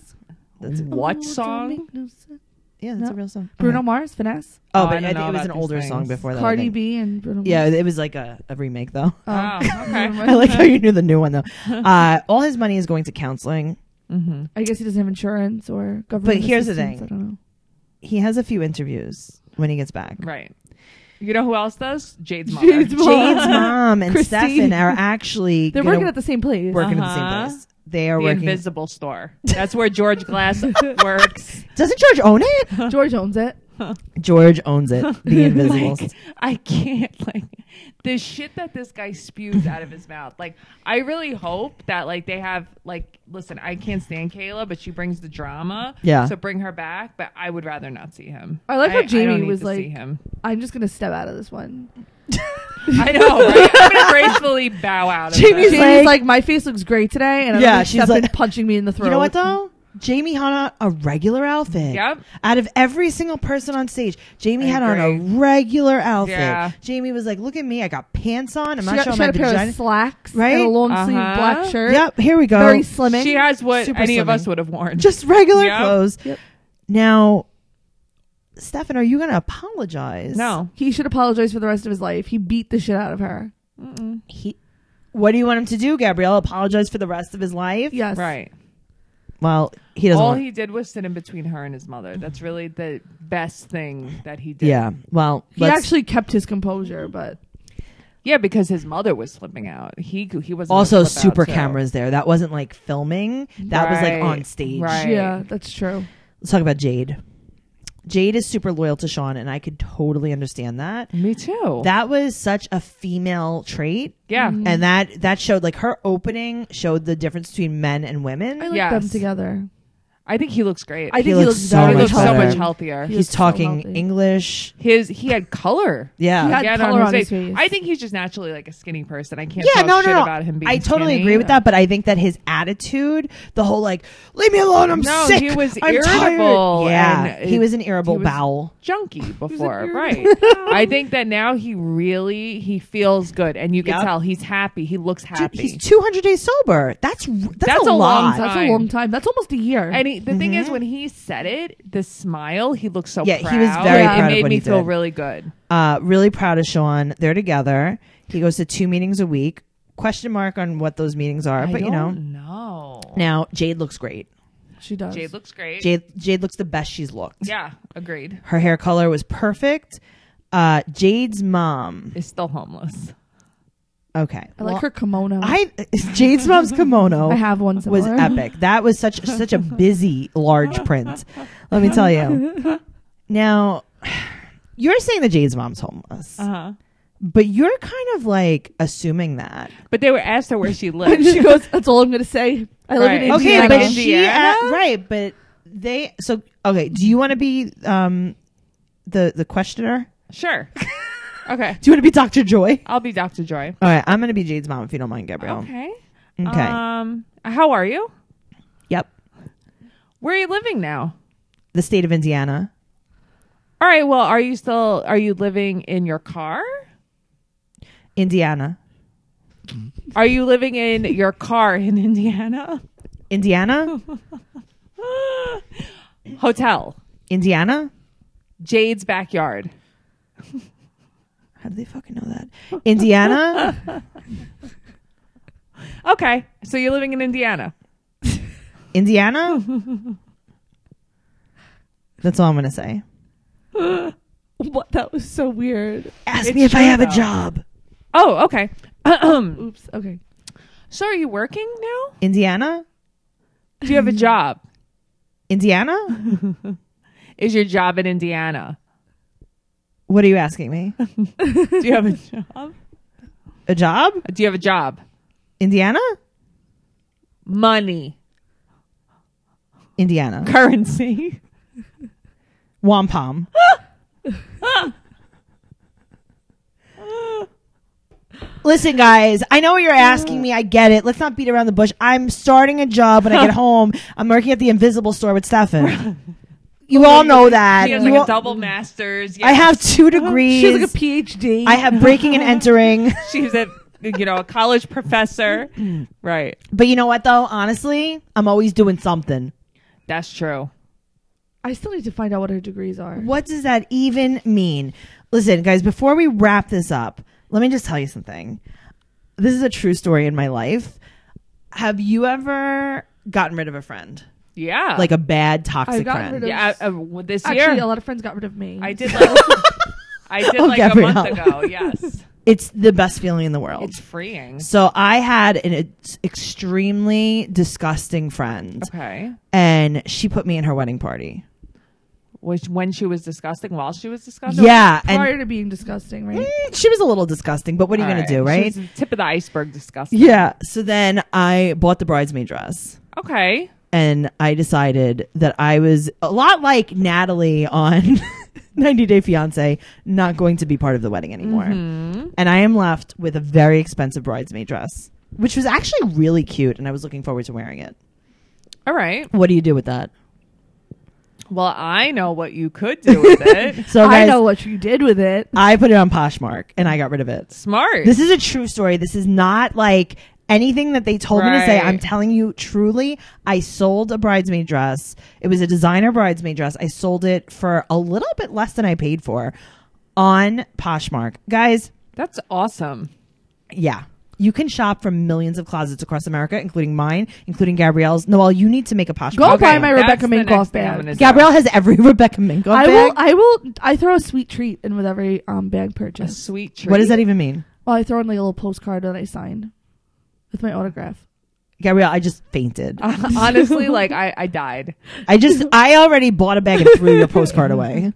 Oh,
What
don't
song?
make no sense.
Yeah, that's
No.
a real song.
Bruno Mars, Finesse,
Oh,
Oh,
I
but
don't
I, think
know
it was
about
an
these
older
things.
song before that. I
Cardi
think.
B, and Bruno.
Yeah,
Mars.
it was like a, a remake though.
Oh, okay.
I like how you knew the new one though. Uh, all his money is going to counseling.
Mm-hmm.
I guess he doesn't have insurance or government.
But here's the
assistance,
thing.
I don't know.
He has a few interviews when he gets back.
Right. You know who else does? Jade's mother.
Jade's mom.
Jade's mom and
Christine.
Stefan are actually
They're
gonna
working at the same place.
work in
Uh-huh.
the same place. They are
the
working.
invisible store. That's where George Glass works.
Doesn't George own it?
George owns it.
George owns it. The invisible.
Like, I can't like the shit that this guy spews out of his mouth. Like, I really hope that like they have like listen, I can't stand Kayla, but she brings the drama.
Yeah.
So bring her back, but I would rather not see him.
I like how
don't
Jamie
need
was
to see
like,
him.
"I'm just gonna step out of this one."
I know, right? I'm gonna gracefully bow out of
Jamie's
Jamie's
Jamie's
He's
like,
like-
"My face looks great today," and I
Yeah,
yeah,
she's
she's like
like-
punching me in the throat.
you know what though? Jamie had on a regular outfit.
Yep.
Out of every single person on stage, Jamie
I
had on
agree.
a regular outfit.
Yeah.
Jamie was like, "Look at me! I got pants on. I'm
She,
not
got,
showing
she
my
had a pair
vagina."
of slacks and a
Right?
long sleeve
Uh-huh.
black shirt.
Yep. Here we go.
Very slimming.
She has what
Super
any of
slimming.
us would have worn.
just regular
Yep.
clothes.
Yep.
Now, Stefan, are you going to apologize?
no.
he should apologize for the rest of his life. He beat the shit out of her.
Mm-mm.
He. What do you want him to do, Gabrielle? Apologize for the rest of his life?
Yes.
Right.
Well, he doesn't.
All
want-
he did was sit in between her and his mother. That's really the best thing that he did.
yeah. Well,
He
let's-
actually kept his composure, but
Yeah, because his mother was flipping out. He he was
also super cameras there. That wasn't like filming. That was like
Right.
on stage.
Right.
yeah, that's true.
Let's talk about Jade. Jade is super loyal to Sean, and I could totally understand that.
Me too.
That was such a female trait.
yeah.
And that that showed like her opening showed the difference between men and women.
I like
Yes.
them together.
I think he looks great.
I think he
looks
looks,
so
very
he
much
looks so
better.
much healthier.
He
he's
looks so
talking
healthy.
English.
His he had color.
Yeah.
He had
Again,
color on his face.
I think he's just naturally like a skinny person. I can't
yeah,
talk
no, no,
shit
no.
about him being
I totally
skinny.
agree with that, but I think that his attitude, the whole like, leave me alone, I'm
No,
sick.
he was
I'm
irritable
Tired. Yeah,
and
he
it-
was an irritable
he was-
bowel.
Junkie before,
irritable
right? I think that now he really he feels good, and you can
Yep.
tell he's happy. He looks
Dude,
happy.
he's 200 days sober. That's that's,
That's
a,
a long
lot.
time.
That's a long time. That's almost a year.
And he, the thing is, when he said it, the smile, he looked so
Mm-hmm. Yeah,
proud.
he was very
Yeah. proud
It
of
made
what
me
he
feel
did.
really good.
Uh, really proud of Sean. They're together. He goes to two meetings a week. Question mark on what those meetings are, but you know.
no.
Now Jade looks great.
she does.
Jade looks great.
Jade Jade looks the best she's looked.
Yeah, agreed.
Her hair color was perfect. Uh, Jade's mom.
Is still homeless.
Okay,
I like her kimono.
I Jade's mom's kimono.
I have one
was
similar.
epic. That was such such a busy large print. Let me tell you. Now, you're saying that Jade's mom's homeless,
Uh,
Uh-huh.
but you're kind of like assuming that.
But they were asked her where she lived.
And she goes, "That's all I'm gonna say. I live in
Right.
Okay,
Indiana."
like
but
Indiana?
she uh, right, but they so okay. Do you want to be um the the questioner?
sure. okay.
Do you want to be Dr. Joy?
I'll be Dr. Joy.
All right, I'm gonna be Jade's mom if you don't mind, Gabrielle.
Okay.
Okay.
Um, how are you?
Yep,
Where are you living now?
the state of Indiana.
All right. Well, are you still are you living in your car?
Indiana.
Are you living in your car in Indiana?
Indiana?
Hotel.
Indiana?
Jade's backyard.
How do they fucking know that? Indiana?
Okay. So you're living in Indiana.
Indiana? That's all I'm going to say.
What? That was so weird.
Ask
It's
me if I
true,
have a
though.
job.
Oh, okay.
Oops. Okay.
so are you working now?
Indiana?
Do you have a
Mm-hmm.
job?
Indiana?
Is your job in Indiana?
What are you asking me?
Do you have a job?
A job?
Do you have a job?
Indiana?
Money,
Indiana.
currency.
Wampum. Listen, guys, I know what you're asking me. I get it. Let's not beat around the bush. I'm starting a job when I get home. I'm working at the invisible store with Stefan. You all know that.
She has
You
like
all-
a double master's.
I have two degrees.
She has like a PhD.
I have breaking and entering.
She's a you know a college professor. right.
But you know what, though? Honestly, I'm always doing something.
That's true.
I still need to find out what her degrees are.
What does that even mean? Listen, guys, before we wrap this up, let me just tell you something. This is a true story in my life. Have you ever gotten rid of a friend?
Yeah.
Like a bad toxic
I've gotten
friend?
rid of-
yeah, I, I, well, this
Actually, a
year
lot of friends got rid of me.
I did like I did
Oh,
like a month
Gabrielle. Oh.
ago. Yes.
it's the best feeling in the world.
It's freeing.
so I had an ex- extremely disgusting friend
Okay.
and she put me in her wedding party.
Which when she was disgusting, while she was disgusting.
yeah,
prior
and
to being disgusting, right?
mm, she was a little disgusting, but what are you
All
going to do, right?
She was the tip of the iceberg disgusting.
yeah, so then I bought the bridesmaid dress.
Okay.
and I decided that I was a lot like Natalie on 90 Day Fiance, not going to be part of the wedding anymore. And I am left with a very expensive bridesmaid dress, which was actually really cute, and I was looking forward to wearing it.
All right.
What do you do with that?
Well, I know what you could do with it.
So guys,
I
I,
know what you did with it.
put it on Poshmark and I got rid of it.
Smart.
This is a true story. This is not like anything that they told me to say.
Right.
I'm telling you truly, I sold a bridesmaid dress. It was a designer bridesmaid dress. I sold it for a little bit less than I paid for on Poshmark. Guys,
That's awesome.
yeah. You can shop from millions of closets across America, including mine, including Gabrielle's. Noel, you need to make a Poshmark.
Go buy
account.
my
that's
Rebecca
the
Minkoff
next thing
bag.
I'm gonna do.
Gabrielle has every Rebecca Minkoff
I
bag.
will. I will. I throw a sweet treat in with every um, bag
A
purchase.
sweet treat.
what does that even mean?
Well, I throw in like a little postcard that I sign with my autograph.
Gabrielle, I just fainted.
Uh,
Honestly, like I, I died.
I just, I already bought a bag and threw your postcard away.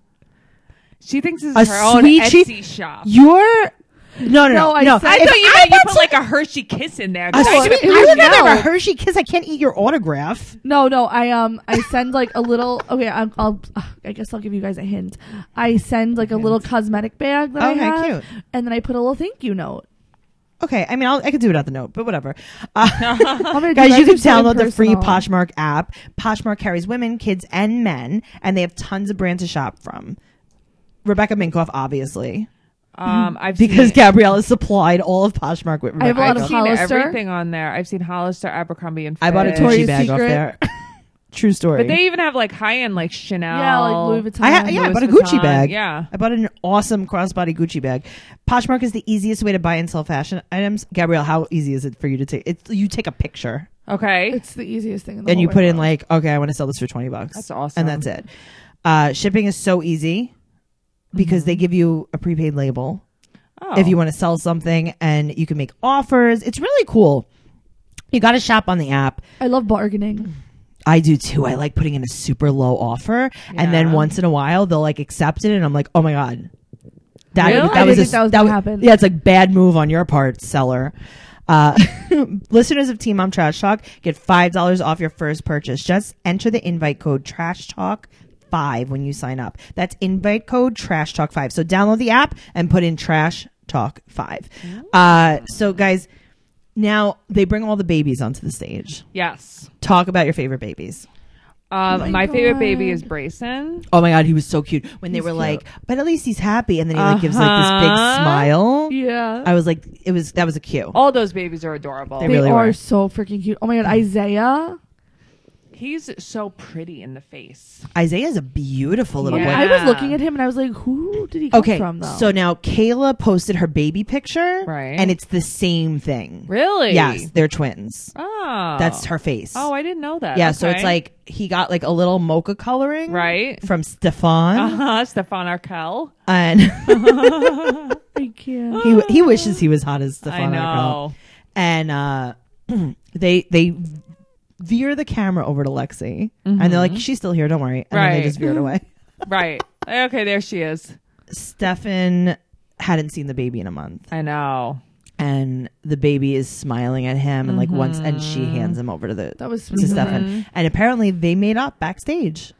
She thinks this
A
is her own
sweet
Etsy
treat-
shop.
You're no, no, no.
No, I
no.
said-
I
If
thought you meant you
bought
put
some-
like a Hershey kiss in there.
a
'cause I
sweet-
could've-
it
I
was
would not
no.
have a Hershey kiss. I can't eat your autograph.
No, no. I um. I send like a little. Okay, I'm, I'll. I guess I'll give you guys a hint. I send like a little cosmetic bag that
Okay,
I have,
Oh, cute.
and then I put a little thank you note.
Okay, I mean, I'll, I could do without the note, but whatever. Uh,
I'm gonna do
guys,
that
you can
just so
download the free
impersonal.
Poshmark app. Poshmark carries women, kids, and men, and they have tons of brands to shop from. Rebecca Minkoff, obviously,
um, I've
because
seen,
Gabrielle has supplied all of Poshmark with
I have
Rebecca.
a lot
I've
of
seen
Hollister.
everything on there. I've seen Hollister, Abercrombie, and
I bought a Gucci
Fitch.
Victoria's
bag off
Secret.
there. True story.
But they even have like high end, like Chanel.
Yeah, like Louis Vuitton.
I ha- yeah, I
Louis
bought a Gucci
Vuitton,
bag.
yeah.
I bought an awesome crossbody Gucci bag. Poshmark is the easiest way to buy and sell fashion items. Gabrielle, how easy is it for you to take? It's you take a picture
Okay.
It's the easiest thing. In the
and
whole
you put
wide
in
world.
like, okay, I want to sell this for twenty bucks.
Oh That's awesome.
and that's it. Uh, shipping is so easy because they give you a prepaid label
Mm-hmm. oh.
if you want to sell something, and you can make offers. It's really cool. You got to shop on the app.
I love bargaining.
I do too. I like putting in a super low offer, and then
Yeah.
once in a while they'll like accept it, and I'm like, oh my god, that
Really?
that
I
was
didn't
a-
think that was
that
gonna
wa-
happen.
Yeah, it's like bad move on your part, seller. Uh, listeners of Team Mom Trash Talk get five dollars off your first purchase. Just enter the invite code Trash Talk five when you sign up. That's invite code Trash Talk five. So download the app and put in Trash Talk five. Uh, so guys, now they bring all the babies onto the stage.
yes.
Talk about your favorite babies.
Um,
my
my favorite baby
God.
is Brayson.
Oh my god, he was so cute. When they were like, but at least he's happy, and then he like gives like this big
Uh-huh. Oh.
smile.
Yeah.
I was like, it was that was a cute.
All those babies are adorable.
They
they
really
are
were.
so freaking cute. Oh my god, Isaiah.
He's so pretty in the face.
Isaiah's a beautiful little
Yeah.
boy.
I was
Yeah.
looking at him and I was like, who did he come
Okay,
from though?
so now Kayla posted her baby picture,
Right.
And it's the same thing.
Really?
Yes, they're twins.
Oh.
That's her face.
Oh, I didn't know that.
yeah. So it's
Okay.
like he got like a little mocha coloring,
Right.
from Stefan,
Uh-huh, Stefan Arkell.
and
I can't.
he he wishes he was hot as Stefan.
I
Arkell.
know.
and uh, they they veer the camera over to Lexi, and they're like, "She's still here, don't worry." And then they
Mm-hmm. Right.
just veered away.
right. Okay, there she is.
Stefan hadn't seen the baby in a month,
I know.
and the baby is smiling at him, and like once, and she
Mm-hmm.
hands him over to the
That was sweet
to
of her.
Stefan, and apparently they made up backstage.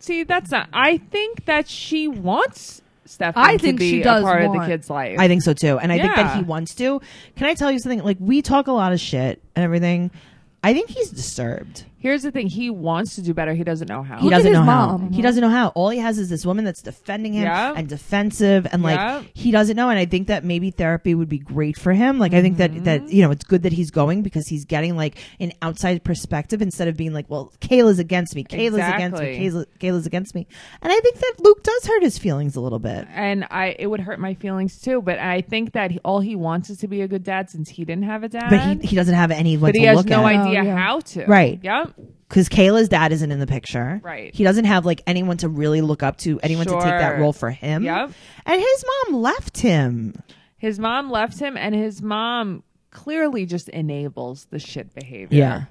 See, that's not. I think that she wants Stefan
I
to
think
be
she
a
does
part of the
want-
kid's life.
I think so too, and I think that
Yeah.
he wants to. Can I tell you something? Like we talk a lot of shit and everything. I think he's disturbed.
Here's the thing: he wants to do better. He doesn't know how.
He
Look at
doesn't
his
know how.
mom.
He doesn't know how. All he has is this woman that's defending him
Yeah.
and defensive, and like
Yeah.
he doesn't know. And I think that maybe therapy would be great for him. Like I think
Mm-hmm.
that that you know it's good that he's going because he's getting like an outside perspective instead of being like, well, Kayla's against me, Kayla's against me,
Exactly.
Kayla, Kayla's against me. And I think that Luke does hurt his feelings a little bit.
and I it would hurt my feelings too. But I think that he, all he wants is to be a good dad since he didn't have a dad.
But he, he doesn't have anyone
But
to
he has
look
no
at
idea
Oh, yeah.
how to.
Right.
Yep.
because Kayla's dad isn't in the picture.
Right.
He doesn't have like anyone to really look up to, anyone to take that
Sure.
role for him.
Yep.
And his mom left him.
His mom left him, and his mom clearly just enables the shit behavior.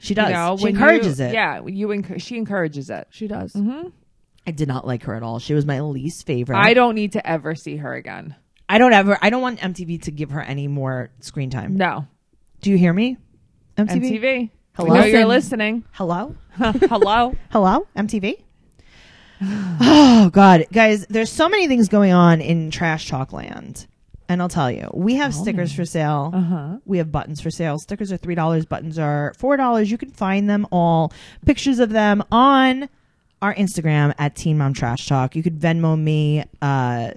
She
You
does.
know,
she
when
encourages
you-
it.
Yeah, you encour- she encourages it.
She does.
Mm-hmm.
I did not like her at all. She was my least favorite.
I don't need to ever see her again.
I don't ever. I don't want MTV to give her any more screen time.
No.
Do you hear me? MTV.
MTV.
Hello?
We know you're
Listen.
listening.
Hello.
Hello.
Hello, MTV. oh God, guys, there's so many things going on in Trash Talk Land, and I'll tell you, we have stickers for sale.
Uh-huh.
We have buttons for sale. Stickers are three dollars. Buttons are four dollars. You can find them all. Pictures of them on our Instagram at Teen Mom Trash Talk. You could Venmo me. Uh,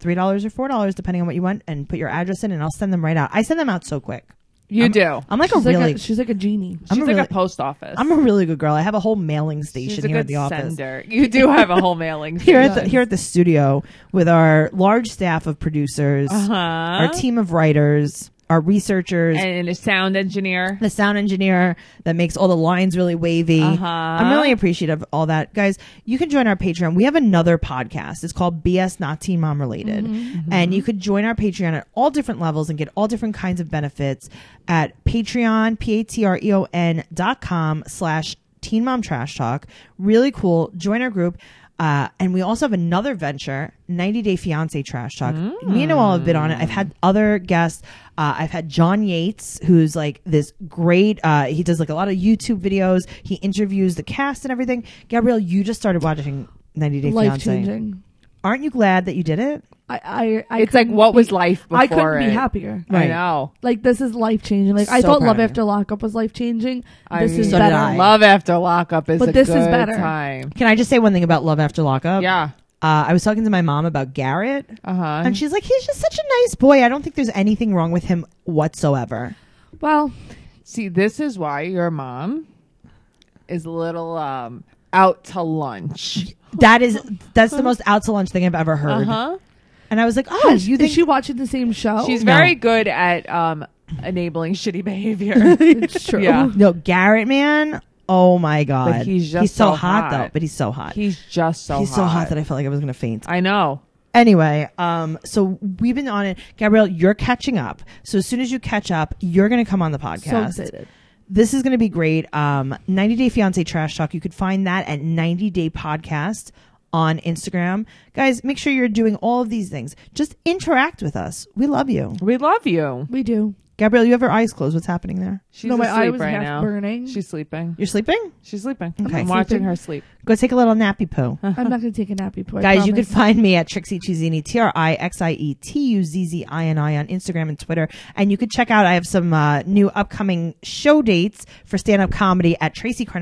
Three dollars or four dollars, depending on what you want, and put your address in, and I'll send them right out. I send them out so quick.
You do.
I'm like
She's
a
like
really,
a, she's like a genie.
I'm
She's
a
like
really-
a post office.
I'm a really good girl. I have a whole mailing
She's
station
a
here at
good
the office.
sender. You do have a whole mailing
here at the
station.
here at the studio with our large staff of producers,
Uh-huh.
our team of writers, our researchers,
and a sound engineer.
the sound engineer that makes all the lines really wavy.
Uh-huh.
I'm really appreciative of all that. Guys, you can join our Patreon. We have another podcast. It's called BS Not Teen Mom Related.
Mm-hmm.
And you could join our Patreon at all different levels and get all different kinds of benefits at Patreon, P-A-T-R-E-O-N E dot com slash Teen Mom Trash Talk. Really cool. Join our group. Uh, and we also have another venture, 90 Day Fiance Trash Talk. Me and Noel have been on it. I've had other guests. Uh, I've had John Yates, who's like this great, uh, he does like a lot of YouTube videos. He interviews the cast and everything. Gabrielle, you just started watching 90 Day
Life
Fiance.
changing.
Aren't you glad that you did it?
I, I, I
It's like
couldn't
what
be-
was life before
I couldn't
it.
be happier.
Right.
I know.
Like this is life changing. Like I
So
thought
proud
Love
of you.
After Lockup was life changing. This
I mean,
is
So did
better.
I.
Love after lockup is
But
a
this is
good
better.
time.
Can I just say one thing about Love After Lockup?
Yeah.
Uh, I was talking to my mom about Garrett,
Uh huh.
and she's like, he's just such a nice boy. I don't think there's anything wrong with him whatsoever.
Well,
See, this is why your mom is a little um out to lunch.
That is, that's the most out to lunch thing I've ever heard.
Uh huh.
And I was like, oh,
is,
you think
is she watching the same show?
She's
no.
very good at um enabling shitty behavior.
it's true.
Yeah.
No, Garrett, man. Oh my god,
But he's just
so,
so
hot, though.
hot.
But he's so hot.
He's just so
he's
hot.
so hot that I felt like I was gonna faint.
I know.
Anyway, um, so we've been on it, Gabrielle. You're catching up. So as soon as you catch up, you're gonna come on the
So
podcast.
excited.
this is gonna be great. Um, 90 Day Fiance Trash Talk. You could find that at 90 Day Podcast on Instagram. Guys, make sure you're doing all of these things. Just interact with us. We love you,
We love you.
We do.
Gabrielle. You have your eyes closed. What's happening there?
She's
no, my
asleep
eye was
right
half
now.
burning.
She's sleeping.
You're sleeping.
She's sleeping.
Okay.
I'm watching
Sleeping.
her sleep.
Go take a little nappy poo.
I'm not gonna take a nappy boy.
Guys, you can find me at Trixie Tuzini, T R I X I E T U Z Z I N I on Instagram and Twitter. And you can check out, I have some uh, new upcoming show dates for stand up comedy at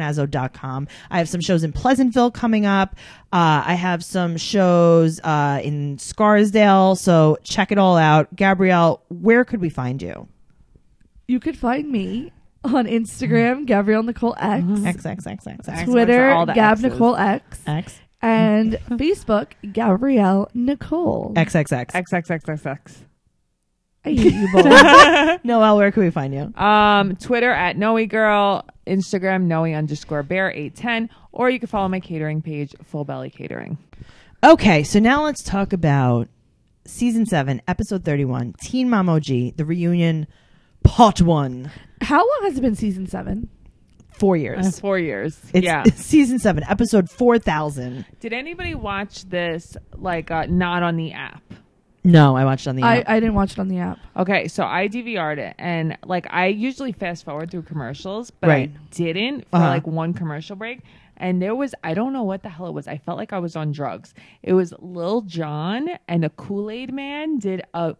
tracycarnazzo.com. I have some shows in Pleasantville coming up. Uh, I have some shows uh, in Scarsdale. So check it all out. Gabrielle, where could we find you?
you could find me on Instagram, Gabrielle Nicole X,
Mm-hmm. X, X, X, X, X.
Twitter,
all the
Gab
X's.
Nicole X,
X,
and Facebook, Gabrielle Nicole.
X, X, X.
XXXXX.
I hate you both.
Noelle, where can we find you?
Um, Twitter at Noe Girl, Instagram Noe underscore Bear eight ten, or you can follow my catering page, Full Belly Catering.
Okay, so now let's talk about season seven, episode thirty-one, Teen Mom OG, the reunion, part one.
How long has it been? Season seven.
Four
Uh,
years.
four years.
It's
yeah.
season seven, episode four thousand.
Did anybody watch this like uh, not on the app?
No, I watched on the.
I,
app.
I didn't watch it on the app.
Okay, so I DVR'd it, and like I usually fast forward through commercials, but
Right.
I didn't for
Uh-huh.
like one commercial break, and there was I don't know what the hell it was. I felt like I was on drugs. It was Lil Jon and the Kool Aid Man did a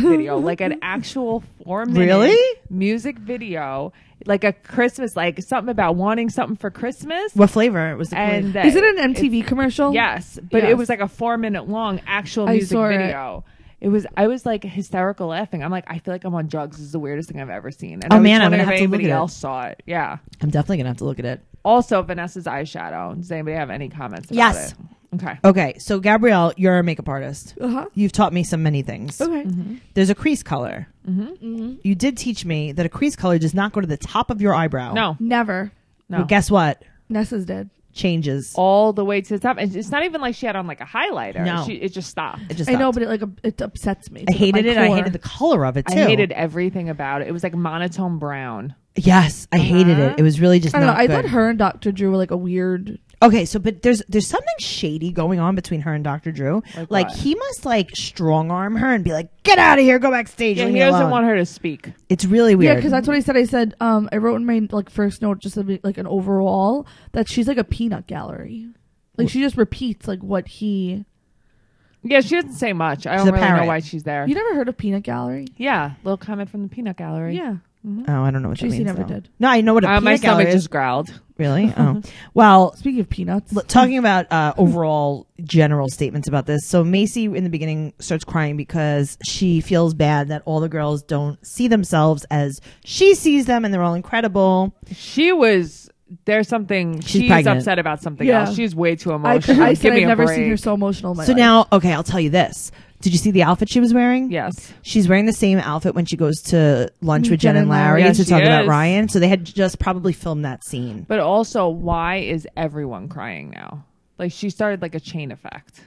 video, like an actual four minute
Really?
music video, like a Christmas, like something about wanting something for Christmas.
What flavor was the
And
flavor?
that-
Is it an MTV commercial?
Yes, but it
Yes.
was like a four minute long actual
I
music
saw it.
video. It. was. I was like hysterical laughing. I'm like, I feel like I'm on drugs. This is the weirdest thing I've ever seen. And
Oh,
I was
man, I'm gonna
wondering if
have to look
anybody
at it.
else saw it. Yeah.
I'm definitely gonna have to look at it.
Also, Vanessa's eyeshadow. Does anybody have any comments? About
Yes. Oh.
It? Okay.
Okay, so Gabrielle, you're a makeup artist.
Uh-huh.
You've taught me so many things.
Uh-huh.
Okay.
There's a crease color.
Mm-hmm,
You did teach me that a crease color does not go to the top of your eyebrow.
No.
Never.
No.
Well, guess what?
Nessa's did.
Changes.
All the way to the top. And it's not even like she had on like a highlighter.
No.
She, it just stopped.
It just
I know,
stopped.
but it like it upsets
I
me. It's, like,
hated
my
it. I
core.
hated the color of it
I
too.
hated everything about it. It was like monotone brown.
Yes, I hated
Uh-huh.
it. It was really just
I don't know.
not
I
good.
thought her and Dr. Drew were like a weird.
Okay, so but there's there's something shady going on between her and Dr. Drew.
Like
Like,
what?
he must like strong arm her and be like, "Get out of here, go backstage."
Yeah,
leave
he
me
doesn't
alone."
want her to speak.
It's really weird.
Yeah, because that's what I said. I said um, I wrote in my like first note just a bit, like an overall that she's like a peanut gallery. Like she just repeats like what he.
Yeah, she doesn't say much. I
She's
don't
a
really know
parrot.
why she's there.
You never heard of peanut gallery?
yeah, little comment from the peanut gallery.
Yeah.
oh, I don't know what that
Tracy
means.
never
though.
did.
No, I know what a
Uh, my
peanut
stomach
gallery is.
just growled.
Really? Oh, well.
Speaking of peanuts,
l- Talking about uh, overall general statements about this, so Macy in the beginning starts crying because she feels bad that all the girls don't see themselves as she sees them, and they're all incredible.
She was. There's something. She's,
She's pregnant.
upset about something
Yeah.
else. She's way too
I,
emotional.
I
Give
said
me
I've
a
never
break.
seen her so emotional. In my
So
life.
now, okay, I'll tell you this. Did you see the outfit she was wearing?
Yes.
She's wearing the same outfit when she goes to lunch with
Jen
Jen
and
and
Larry.
Larry
Yeah,
to
she
talk about
is.
Ryan. So they had just probably filmed that scene.
But also, why is everyone crying now? Like she started like a chain effect.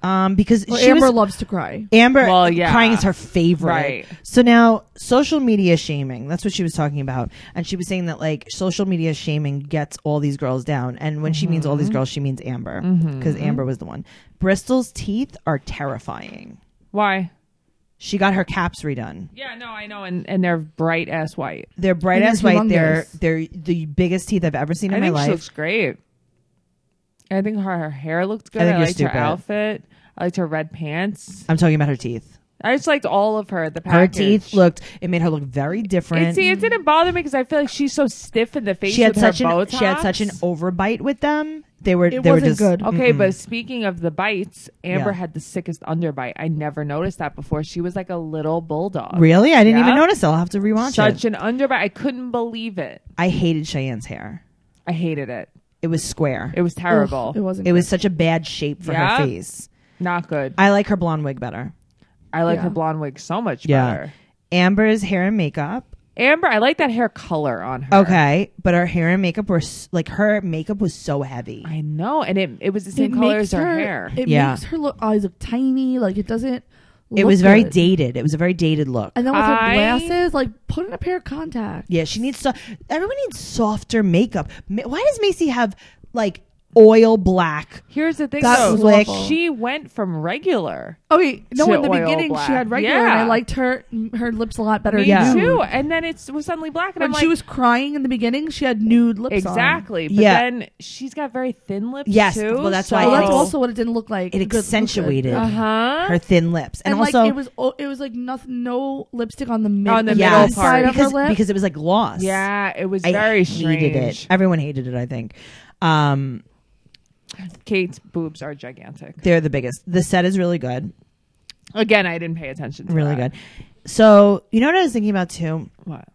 Um, because
Well,
she
Amber
was,
loves to cry.
Amber
Well, yeah.
crying is her favorite.
Right.
So now social media shaming, that's what she was talking about. And she was saying that like social media shaming gets all these girls down. And when she means all
Mm-hmm.
these girls, she means Amber because Amber was the one. Bristol's teeth are terrifying.
Why?
She got her caps redone.
Yeah, no, I know, and and they're bright ass white.
They're bright
And they're
as white. They're
humongous.
they're the biggest teeth I've ever seen
I
in my
think she
life.
looks great. I think her, her hair looked good.
I
I,
think you're
liked
stupid.
her outfit. I liked her red pants.
I'm talking about her teeth.
I just liked all of her. The
Her
package.
teeth looked. It made her look very
It,
different.
see, it didn't bother me because I feel like she's so stiff in the face.
she had
with
such
her
an
Botox.
she had such an overbite with them. They were
It
they were
wasn't
just
good.
Okay, but speaking of the bites, Amber
Yeah.
had the sickest underbite. I never noticed that before. She was like a little bulldog.
Really, I didn't
Yeah.
even notice. I'll have to rewatch
Such
it.
an underbite. I couldn't believe it.
I hated Cheyenne's hair.
I hated it.
It was square.
It was terrible.
Ugh, it wasn't.
It was such a bad shape for
Yeah.
her face.
not good.
I like her blonde wig better.
I like
Yeah.
her blonde wig so much better.
Amber's hair and makeup.
Amber, I like that hair color on
Oh.
her.
Okay, but her hair and makeup were s- like her makeup was so heavy.
I know, and it it was the same
It
color
makes
as her, hair.
It
Yeah.
makes her look eyes look tiny. Like it doesn't.
It
look
was very
good.
dated. It was a very dated look.
And then with
I-
her glasses, like put in a pair of contacts.
Yeah, she needs to. Everyone needs softer makeup. Ma- Why does Macy have like oil black?
Here's the thing,
That
though.
was awful.
She went from regular.
Okay, no,
To
in the
oil
beginning
black.
she had regular, and
Yeah.
I liked her mm, her lips a lot better.
Me
Yeah.
too, and then it's, it was suddenly black, and
When
I'm like,
she was crying in the beginning, she had nude lips. on.
Exactly. But
Yeah.
then she's got very thin lips
Yes,
too.
well, that's
so.
why
Well, that's also what it didn't look like.
It
Good- looked good.
accentuated
Uh-huh.
her thin lips, and,
And,
also
like it was, oh, it was like nothing, no lipstick on the mid,
On the
middle
middle
yes,
part.
side of her
because,
lip.
because it was like gloss.
Yeah, it was
I
very strange.
hated it. Everyone hated it. I think um,
Kate's boobs are gigantic.
they're the biggest. The set is really good,
Again, I didn't pay attention. to
really
that.
good. So you know what I was thinking about too?
What?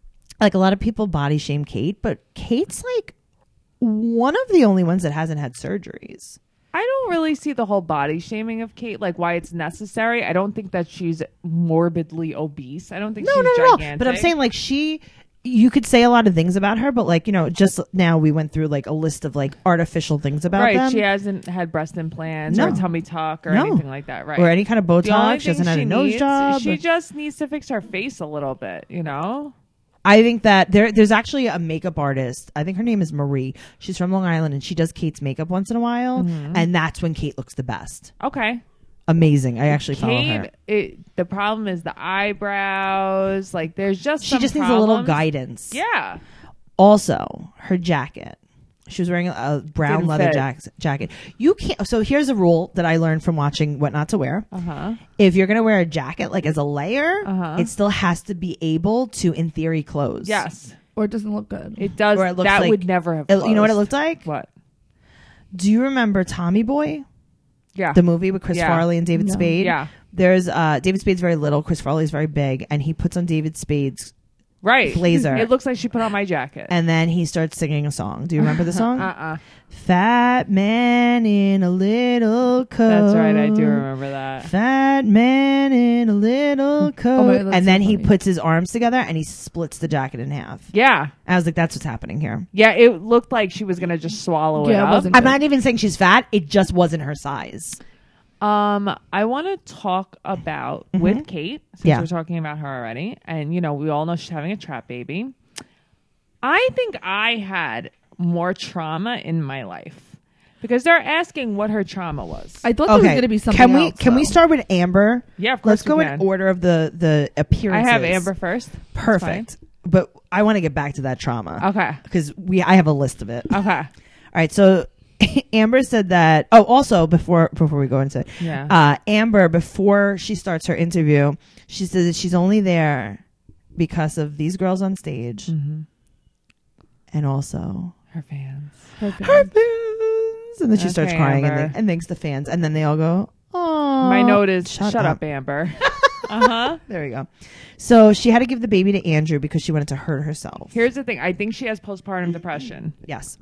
Like a lot of people body shame Kate, but Kate's like one of the only ones that hasn't had surgeries.
I don't really see the whole body shaming of Kate, like why it's necessary. I don't think that she's morbidly obese. I don't think
No,
she's
no, no,
gigantic.
no. But I'm saying like she you could say a lot of things about her, but like, you know, just now we went through like a list of like artificial things about
right,
them.
she hasn't had breast implants or
No.
tummy tuck or
No.
anything like that, right?
Or any kind of
The only
Botox. She
thing
doesn't have
she
a nose
needs-
job.
She just needs to fix her face a little bit, you know?
I think that there there's actually a makeup artist. I think her name is Marie. She's from Long Island and she does Kate's makeup once in a while.
Mm-hmm.
And that's when Kate looks the best.
Okay.
Amazing. I actually follow her.
Cave, it, the problem is the eyebrows. Like, there's just
She
some
just needs a little
problems.
guidance.
Yeah,
Also, her jacket. She was wearing a, a brown
Didn't
leather
fit.
jack- jacket. You can't. So here's a rule that I learned from watching What Not to Wear.
Uh
Uh-huh.
huh.
If you're going to wear a jacket, like as a layer,
Uh-huh.
it still has to be able to, in theory, close.
Yes,
or it doesn't look good.
it does.
Or it looks
that
like-
would never have.
It- you know what it
closed.
looked like?
What?
Do you remember Tommy Boy,
Yeah.
the movie with Chris
Yeah.
Farley and David
No.
Spade?
yeah.
There's uh, David Spade's very little, Chris Farley's very big, and he puts on David Spade's,
Right.
blazer.
It looks like she put on my jacket.
and then he starts singing a song. Do you remember the song?
Uh uh
Fat man in a little coat.
That's right. I
Oh.
do remember that.
Fat man in a little coat.
God, Oh, that's
and
so
then he
funny.
puts his arms together and he splits the jacket in half.
Yeah.
I was like, that's what's happening here.
Yeah. It looked like she was gonna just swallow
Yeah,
it
it
up.
wasn't-
I'm not even saying she's fat. It just wasn't her size.
Um, I want to talk about with Kate since
Mm-hmm. Yeah.
we're talking about her already, and you know we all know she's having a trap baby. I think I had more trauma in my life because they're asking what her trauma was.
I thought there was gonna be something.
Can we
else,
can we
though.
start with Amber?
Yeah, of
Let's
course
go
we
in
can.
order of the the
I
appearances.
have Amber first. That's
Perfect. But I want to get back to that trauma.
fine. Okay.
Because we I have a list of it.
Okay.
All right, so Amber said that. Oh, also before before we go into it,
Yeah.
uh, Amber before she starts her interview, she says that she's only there because of these girls on stage,
Mm-hmm.
and also
Her fans.
Perfect.
her fans. And then she starts
Okay,
crying and,
Amber.
thank- and thanks the fans, and then they all go, "Oh."
My note is shut, up. Amber. uh huh.
There we go. So she had to give the baby to Andrew because she wanted to hurt herself.
Here's the thing. I think she has postpartum depression.
yes,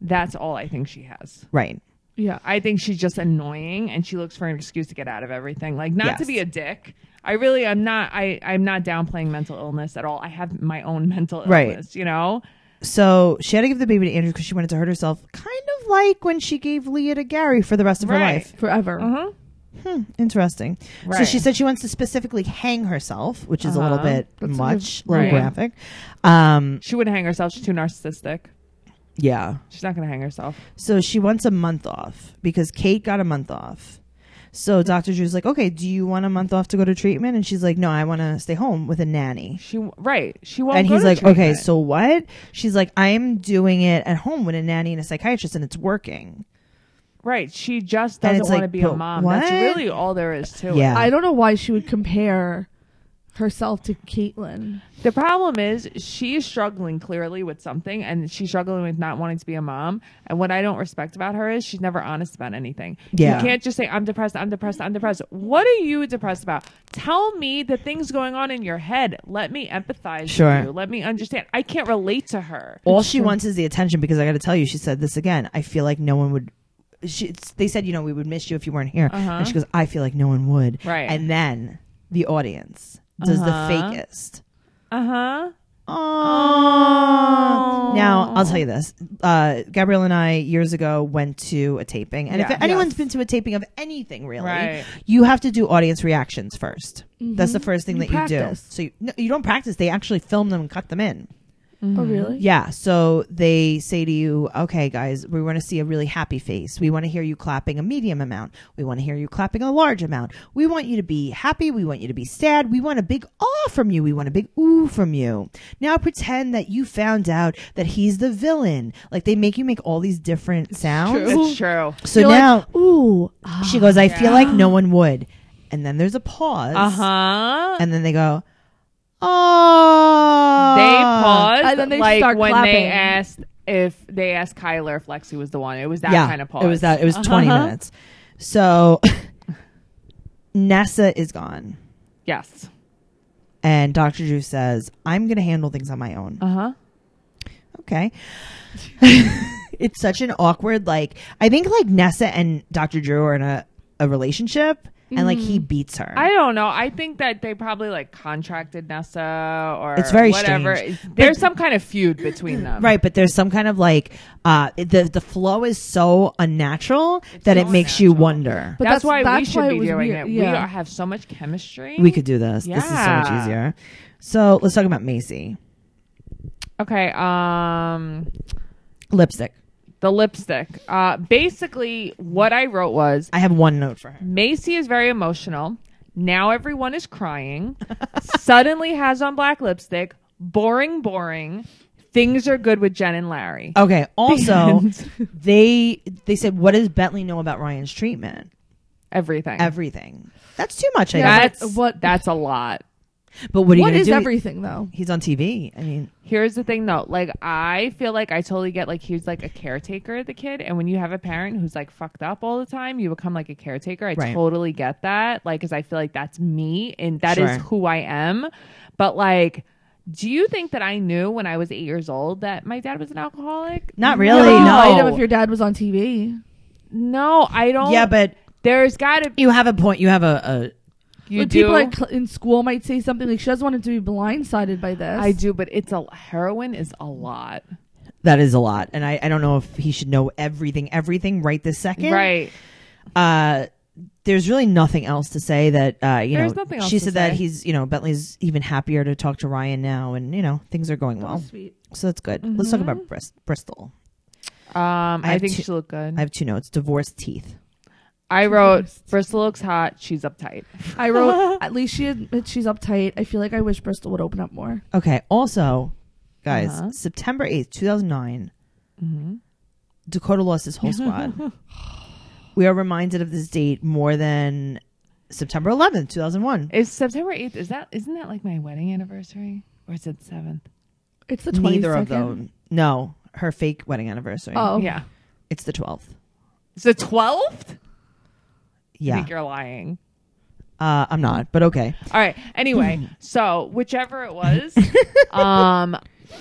That's all I think she has.
right.
Yeah.
I think she's just annoying and she looks for an excuse to get out of everything. Like not to
Yes.
be a dick. I really I'm not I I'm not downplaying mental illness at all. I have my own mental illness,
Right.
you know?
So she had to give the baby to Andrew because she wanted to hurt herself, kind of like when she gave Leah to Gary for the rest of her
Right.
life.
Forever.
Uh-huh.
Interesting. So
Right.
she said she wants to specifically hang herself, which is a little
Uh-huh.
bit
That's a
much, a
good-
little
Right.
graphic. Um,
She wouldn't hang herself. She's too narcissistic.
yeah.
She's not gonna hang herself.
So she wants a month off because Kate got a month off. So Dr. Drew's like, okay, do you want a month off to go to treatment? And she's like, no, I want to stay home with a nanny.
She right. She won't.
and
go
he's
to
like, okay,
treatment.
so what? She's like, I'm doing it at home with a nanny and a psychiatrist, and it's working.
right. She just
And
doesn't
it's
want to
like,
be a
but
mom. That's
what?
really all there is to it.
Yeah.
I don't know why she would compare herself to Caitlyn.
The problem is she's struggling clearly with something and she's struggling with not wanting to be a mom. And what I don't respect about her is she's never honest about anything.
Yeah.
You can't just say, I'm depressed, I'm depressed, I'm depressed. What are you depressed about? Tell me the things going on in your head. Let me empathize
Sure.
with you. Let me understand. I can't relate to her.
all she wants is the attention because I got to tell you, she said this again. I feel like no one would. She, it's- they said, you know, we would miss you if you weren't here. And she goes, I feel like no one would.
Uh-huh. Right. Uh-huh.
And then the audience does the fakest.
Uh huh.
Oh. Now I'll tell you this. Uh, Gabrielle and I years ago went to a taping, and
Yeah.
if anyone's been to a taping of anything, really,
Right. Mm-hmm.
you have to do audience reactions 1st That's the first thing
You
that
practice.
you do. So you, no, you don't practice; they actually film them and cut them in.
Mm-hmm.
Oh really?
Yeah. So they say to you, okay, guys, we want to see a really happy face. We want to hear you clapping a medium amount. We want to hear you clapping a large amount. We want you to be happy. We want you to be sad. We want a big awe from you. We want a big ooh from you. Now pretend that you found out that he's the villain. Like they make you make all these different sounds.
It's true.
So
You're like,
now
ooh, ah,
she goes, I feel like no one would. And then there's a pause.
Uh huh.
And then they go, oh.
They paused
And then they
like
start
when they
clapping.
asked if they asked Kyler if Lexi was the one. It was that kind of pause.
It was that. It was 20
Uh-huh.
minutes. So Nessa is gone,
Yes.
and Dr. Drew says, "I'm going to handle things on my own."
Uh huh.
Okay. it's such an awkward. Like I think like Nessa and Dr. Drew are in a a relationship, and like he beats her.
Mm-hmm. I don't know. I think that they probably like contracted Nessa or
It's very
whatever.
strange.
It's- There's some kind of feud between them.
Right, but there's some kind of like uh the the flow is so unnatural that
so
it makes you
unnatural.
wonder.
But
that's,
that's-
why we
that's
should
why it
be
was
doing
weird.
it. We
Yeah.
are, have so much chemistry.
we could do this. This is so much
Yeah.
easier. So let's talk about Macy
Okay. Um,
lipstick.
the lipstick. Uh, basically, what I wrote was
I have one note for her.
Macy is very emotional. Now everyone is crying. Suddenly has on black lipstick. Boring, boring. Things are good with Jen and Larry.
Okay. Also,
end.
they they said, "What does Bentley know about Ryan's treatment?"
Everything.
Everything. That's too much. I
Yeah,
guess.
that's
but
what.
what-
That's a lot.
But what are you
What
going to
is
do?
everything though?
He's on TV. I mean,
Here's the thing though. Like I feel like I totally get like he's like a caretaker of the kid and when you have a parent who's like fucked up all the time, you become like a caretaker. I
Right.
totally get that. Like cuz I feel like that's me and that is
Sure.
who I am. But like do you think that I knew when I was 8 years old that my dad was an alcoholic?
Not really,
No.
no.
I know if your dad was on TV.
No, I don't.
yeah, but
there's got to be
you have a point. You have a,
you
like
do
people like cl- in school might say something like she doesn't want him to be blindsided by this.
I do, but it's a heroin is a lot.
a that is a lot, and I I don't know if he should know everything everything right this second.
Right.
Uh, there's really nothing else to say that uh you
There's
know
nothing else
she
to
said that
say.
he's you know Bentley's even happier to talk to Ryan now, and you know things are going well,
Sweet.
so that's good. Let's talk about Bris- Bristol.
Um
I
I,
have
think
two-
she looked good.
I have two notes: divorce teeth.
I wrote Bristol looks hot, she's uptight.
I wrote at least she admits she's uptight. I feel like I wish Bristol would open up more.
Okay. Also, guys,
Uh-huh. Mm-hmm.
September eighth, two thousand nine. Dakota lost his whole squad. we are reminded of this date more than September eleventh, two thousand one.
Is September eighth? Is that isn't that like my wedding anniversary, or is it seventh?
It's the 22nd.
Neither of them. No, her fake wedding anniversary.
Oh
yeah,
It's the twelfth.
it's the twelfth. I
Yeah,
think you're lying.
uh, I'm not, but okay.
All right. Anyway, so whichever it was, um,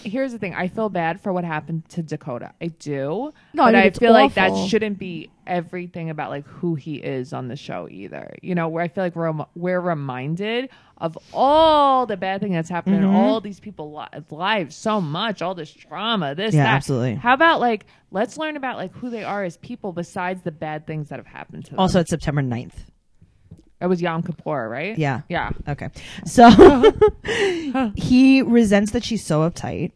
here's the thing. I feel bad for what happened to Dakota. I do.
No, I
but
think
I
it's
feel like that
awful.
shouldn't be everything about like who he is on the show either. You know, where I feel like we're we're reminded of all the bad thing that's happened
Mm-hmm.
in all these people li- lives so much, all this trauma, this
Yeah,
that.
absolutely.
How about like let's learn about like who they are as people besides the bad things that have happened to them.
Also, it's September 9th.
it was Yom Kippur, right?
Yeah.
Yeah.
Okay, so he resents that she's so uptight,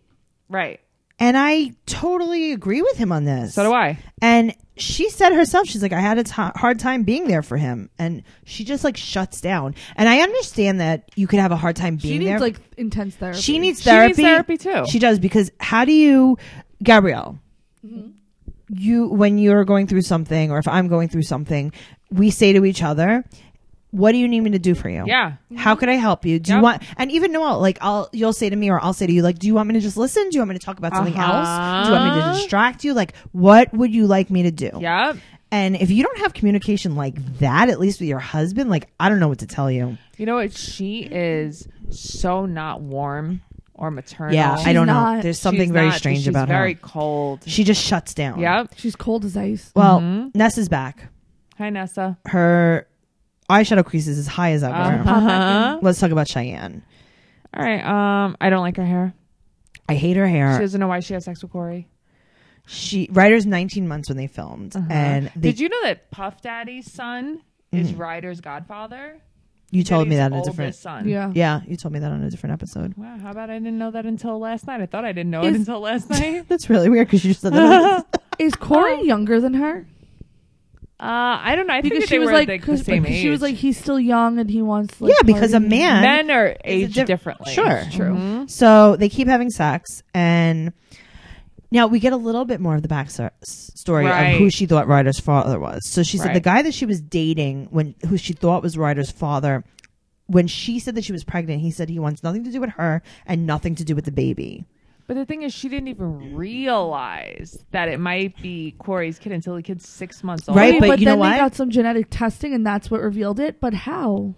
Right.
and I totally agree with him on this.
So do I.
And she said herself, she's like, I had a t- hard time being there for him. And she just like shuts down. And I understand that you could have a hard time being
She needs
there.
like intense therapy.
she needs
She needs
therapy.
therapy, too.
She does because how do you, Gabrielle, you, when you're going through something or if I'm going through something, we say to each other, what do you need me to do for you?
Yeah.
How could I help you? Do
Yep.
you want? And even Noel, like I'll, you'll say to me, or I'll say to you, like, do you want me to just listen? Do you want me to talk about something else? Do you want me to
Uh-huh.
distract you? Like, what would you like me to do?
Yep.
And if you don't have communication like that, at least with your husband, like I don't know what to tell you.
You know what? She is so not warm or maternal.
yeah, I
She's
don't know.
not-
There's
She's
something very
not-
strange
she's
about
very
her.
cold.
She just shuts down.
Yep.
She's cold as ice.
Well, Ness is back.
Hi, Nessa.
Her eyeshadow crease is as high as ever.
Pop back in.
Let's talk about Cheyenne.
All right. Um, I don't like her hair.
I hate her
She
hair.
doesn't know why she has sex with Corey.
She Ryder's 19 months when they filmed, and they,
Did you know that Puff Daddy's son is Ryder's godfather?
you told me
Diddy's
that in a
oldest
different.
son.
Yeah.
Yeah, you told me that on a different episode.
Wow. How about I didn't know that until last night? I thought I didn't know it
Is-
until last night.
That's really weird because you said that.
Is Corey younger than her?
Uh, I don't know. Um, I
Because
think
she
they
was
were
like,
like the
cause,
same
because
age.
she was like, he's still young and he wants. Like,
yeah, because a
party.
man.
men are
a
aged
diff-
differently.
Sure. Mm-hmm.
It's true.
Mhm.
So they keep having sex, and now we get a little bit more of the backstory of
Right.
who she thought Ryder's father was. So she said the
Right.
guy that she was dating, when who she thought was Ryder's father, when she said that she was pregnant, he said he wants nothing to do with her and nothing to do with the baby.
But the thing is, she didn't even realize that it might be Corey's kid until the kid's six months old.
Right,
Wait,
but you know
then
what?
they got some genetic testing and that's what revealed it. But how?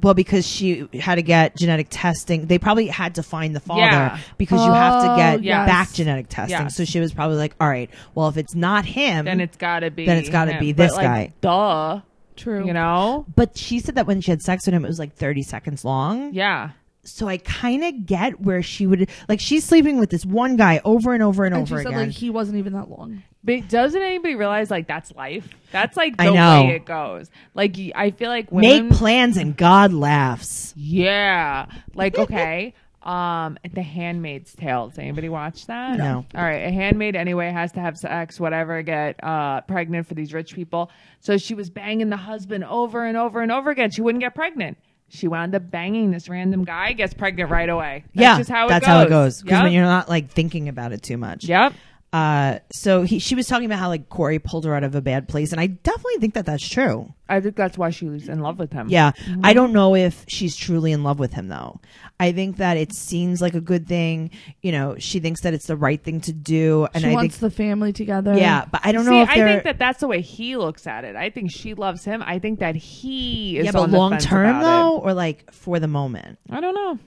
Well, because she had to get genetic testing, they probably had to find the father
Yeah.
because you have to
Oh,
get
yes.
back genetic testing.
Yes.
So she was probably like, "All right, well, if it's not him,
Then it's got to be.
Then it's gotta
him.
be
But,
this
like, Duh.
True.
You know?
But she said that when she had sex with him, it was like 30 seconds long.
Yeah.
So I kind of get where she would, like, she's sleeping with this one guy over and over and,
And she
over
said
again.
like he wasn't even that long.
But doesn't anybody realize like that's life? That's like the
I know.
way it goes. Like y- I feel like women.
Make plans and God laughs.
yeah. Like okay. Um, The Handmaid's Tale. Does anybody watch that?
No.
All right. A handmaid anyway has to have sex, whatever, get uh pregnant for these rich people. So she was banging the husband over and over and over again. She wouldn't get pregnant. She wound up banging this random guy, gets pregnant right away. That's
yeah,
just how it
that's
goes.
how it goes. Because
Yep.
when you're not like thinking about it too much.
yep.
Uh, so he, she was talking about how like Corey pulled her out of a bad place, and I definitely think that that's true.
I think that's why she was in love with him.
Yeah, I don't know if she's truly in love with him though. I think that it seems like a good thing. You know, she thinks that it's the right thing to do, and
she
I
wants
think
the family together.
yeah, but I don't
See,
know if
I
they're
think that that's the way he looks at it. I think she loves him. I think that he is
yeah, but
on the
long
fence
term
about
though, or like for the moment.
it. I don't know.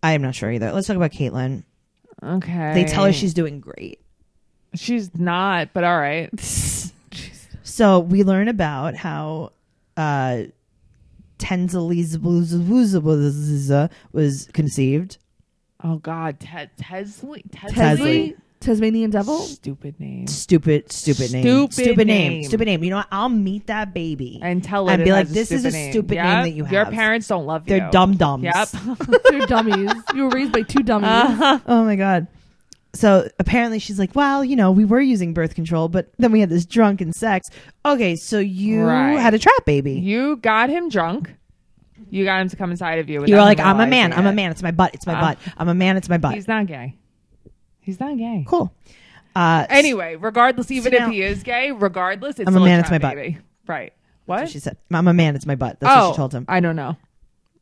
I am not sure either. Let's talk about Caitlyn.
Okay.
They tell her she's doing great.
she's not, but all right.
So we learn about how uh, Tenzali's was conceived.
Oh God, Te- Tesley,
Tesley.
Tesley,
Tasmanian devil.
stupid name.
Stupid, stupid name.
Stupid
stupid name.
name.
Stupid name. You know what? I'll meet that baby.
And tell it
I'd
it
be like,
has a
this is a
name.
stupid name
Yep.
that you
Your
have.
parents don't love you.
They're dumb dumbs.
Yep.
You're dummies. You were raised by two dummies.
Oh my god. So apparently she's like, well, you know, we were using birth control, but then we had this drunken sex. Okay, so you
Right.
had a trap baby.
you got him drunk. You got him to come inside of you.
You
without
were like,
him
I'm a man.
realizing
I'm a
it.
man. It's my butt. It's my
Uh,
butt. I'm a man. It's my butt.
He's not gay. He's not gay.
Cool. Uh,
Anyway, regardless, even
now-
if he is gay, regardless, it's
I'm a
still
man,
trap
it's my butt.
baby. Right.
so
What?
she said, I'm a man. It's my butt. That's
oh,
what she told him.
I don't know.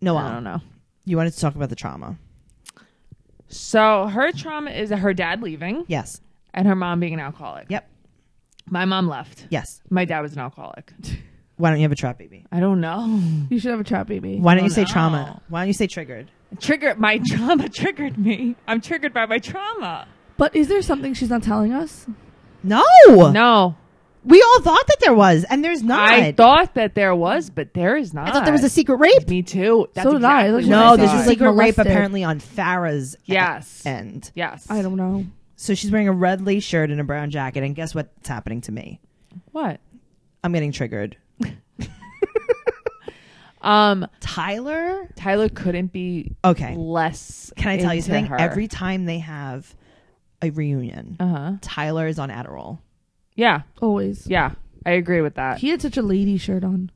No,
I don't know.
You wanted to talk about the trauma.
So her trauma is her dad leaving
Yes.
and her mom being an alcoholic.
Yep.
My mom left.
Yes.
My dad was an alcoholic.
Why don't you have a trap baby?
I don't know.
You should have a trap baby.
Why don't
Oh,
you say
no.
trauma? Why don't you say triggered?
Trigger my trauma triggered me. I'm triggered by my trauma.
But is there something she's not telling us?
No.
No.
We all thought that there was, and there's not.
I thought that there was, but there is not.
I thought there was a secret rape.
Me too. That's
So did I.
exactly
That's
what
No,
what I
there's
thought.
a
thought.
secret
Like
rape
molested.
apparently on Farah's e-
Yes.
end.
Yes.
I don't know.
So she's wearing a red lace shirt and a brown jacket, and guess what's happening to me?
What?
I'm getting triggered.
Um
Tyler?
Tyler couldn't be
Okay.
less
Can I tell you
into
something?
her.
Every time they have a reunion,
uh-huh.
Tyler is on Adderall.
Yeah.
Always.
Yeah. I agree with that.
He had such a lady shirt on.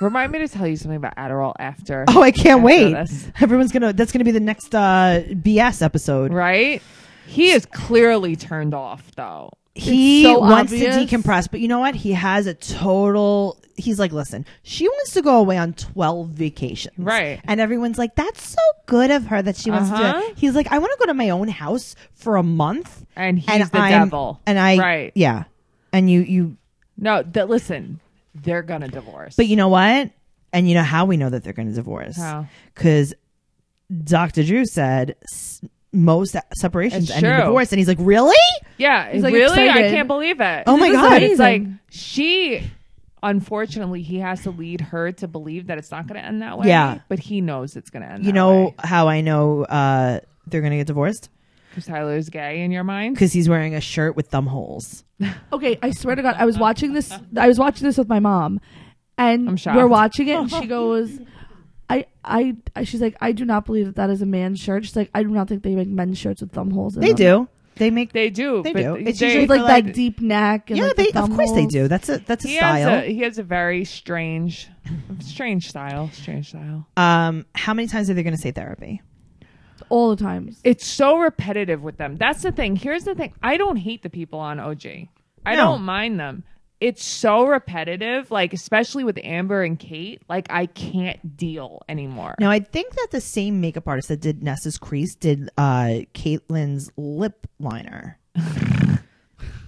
Remind me to tell you something about Adderall after.
Oh, I can't
after
wait.
this.
Everyone's gonna that's gonna be the next uh BS episode.
Right? He is clearly turned off though.
He
so
wants to
obvious.
decompress, but you know what? He has a total he's like, listen, she wants to go away on twelve vacations.
Right.
And everyone's like, That's so good of her that she wants to
Uh-huh.
do it. He's like, I want to go to my own house for a month.
And he's
and
the
I'm-
devil.
And I
Right.
Yeah. And you you
No, that listen, they're gonna divorce.
But you know what? And you know how we know that they're going to divorce?
How?
Because Dr. Drew said s- most separations
It's
end in
true.
divorce, and he's like, "Really?
yeah,
He's, like,
really, I
excited.
can't believe it.
Oh my
This is
god!"
It's like
amazing.
she. Unfortunately, he has to lead her to believe that it's not going to end that way.
Yeah.
but he knows it's going to end.
you
that
know
way.
how I know uh, they're going to get divorced
'Cause Tyler's gay in your mind.
because he's wearing a shirt with thumb holes.
Okay, I swear to God, I was watching this. I was watching this with my mom, and
I'm shocked.
we're watching it, and she goes, "I, I, I- she's like, I do not believe that that is a man's shirt. She's like, I do not think they make men's shirts with thumb holes. In
They
them.
do. They make.
They do.
They
but
do. It's
they-
usually
With
for,
like
like-
that deep neck. And
yeah,
like, the
they. Of
thumb
course they
holes.
do. That's a that's a
he
style.
has a he has a very strange, strange style. Strange style.
um, how many times are they going to say therapy?
all the times.
It's so repetitive with them. That's the thing. Here's the thing. I don't hate the people on OG. I
No.
don't mind them. It's so repetitive, like especially with Amber and Kate. Like I can't deal anymore.
Now I think that the same makeup artist that did Nessa's crease did uh Caitlyn's lip liner.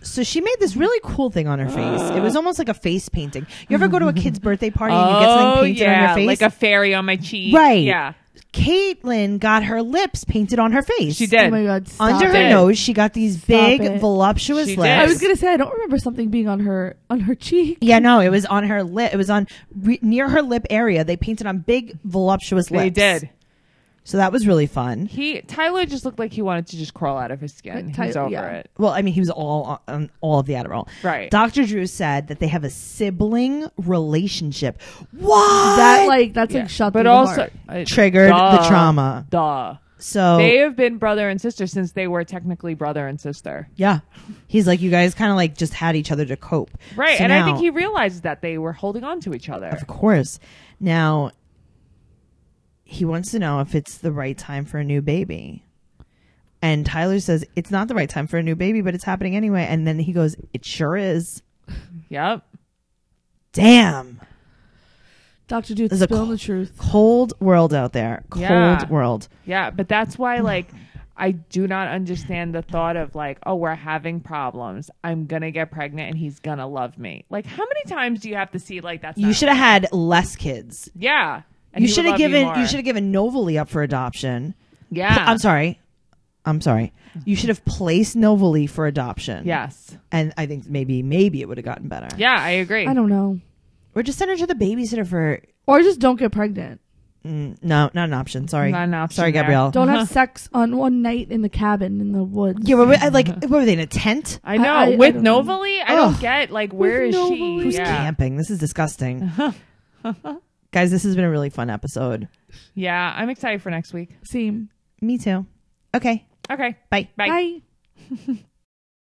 so she made this really cool thing on her face. It was almost like a face painting. You ever go to a kid's birthday party and you get something
Oh
painted on
yeah,
your face?
like a fairy on my cheek.
Right.
Yeah,
Caitlyn got her lips painted on her face.
she did.
Oh my God, stop
Under her
it.
did.
nose, she got these big,
it.
voluptuous
She did.
lips.
I was gonna say I don't remember something being on her on her cheek.
yeah, no, it was on her lip. It was on re- near her lip area. They painted on big, voluptuous
They
lips.
did.
So that was really fun.
He Tyler just looked like he wanted to just crawl out of his skin.
Ty-
He's over
yeah.
it.
Well, I mean, he was all on all of the Adderall.
Right.
Dr. Drew said that they have a sibling relationship. What?
That like that's
Yeah.
like shut.
but
through the
also
heart.
uh,
Triggered
duh,
the trauma. Oh.
Duh.
so
They have been brother and sister since they were technically brother and sister.
yeah, he's like, you guys kind of like just had each other to cope.
Right.
So
and I
now-
think he realized that they were holding on to each other.
of course. Now, he wants to know if it's the right time for a new baby. And Tyler says, It's not the right time for a new baby, but it's happening anyway. And then he goes, It sure is.
Yep.
Damn.
Dr. Dude
There's a
spilling
cl-
the truth.
Cold world out there. Cold
Yeah.
world.
Yeah, but that's why like I do not understand the thought of like, oh, we're having problems. I'm gonna get pregnant and he's gonna love me. Like, how many times do you have to see like that's
You
not-
should have had less kids.
Yeah. and
You
he would
should have
love
given you,
more.
should have given Novely up for adoption.
Yeah.
I'm sorry. I'm sorry. You should have placed Novely for adoption.
Yes.
And I think maybe maybe it would have gotten better.
Yeah, I agree.
I don't know.
Or just send her to the babysitter for
Or just don't get pregnant.
mm, no, not an option. Sorry.
Not an option
Sorry,
there.
Gabrielle.
Don't have sex on one night in the cabin in the woods.
Uh-huh. Yeah, were we, I- like what were they in a tent?
I know.
I- I
With
don't know.
Novali, I don't
Ugh.
get like where
With
is
Novali?
she?
Who's
yeah.
camping? This is disgusting. Guys, this has been a really fun episode.
yeah, I'm excited for next week.
Same.
Me too. Okay.
Okay.
Bye.
Bye.
Bye.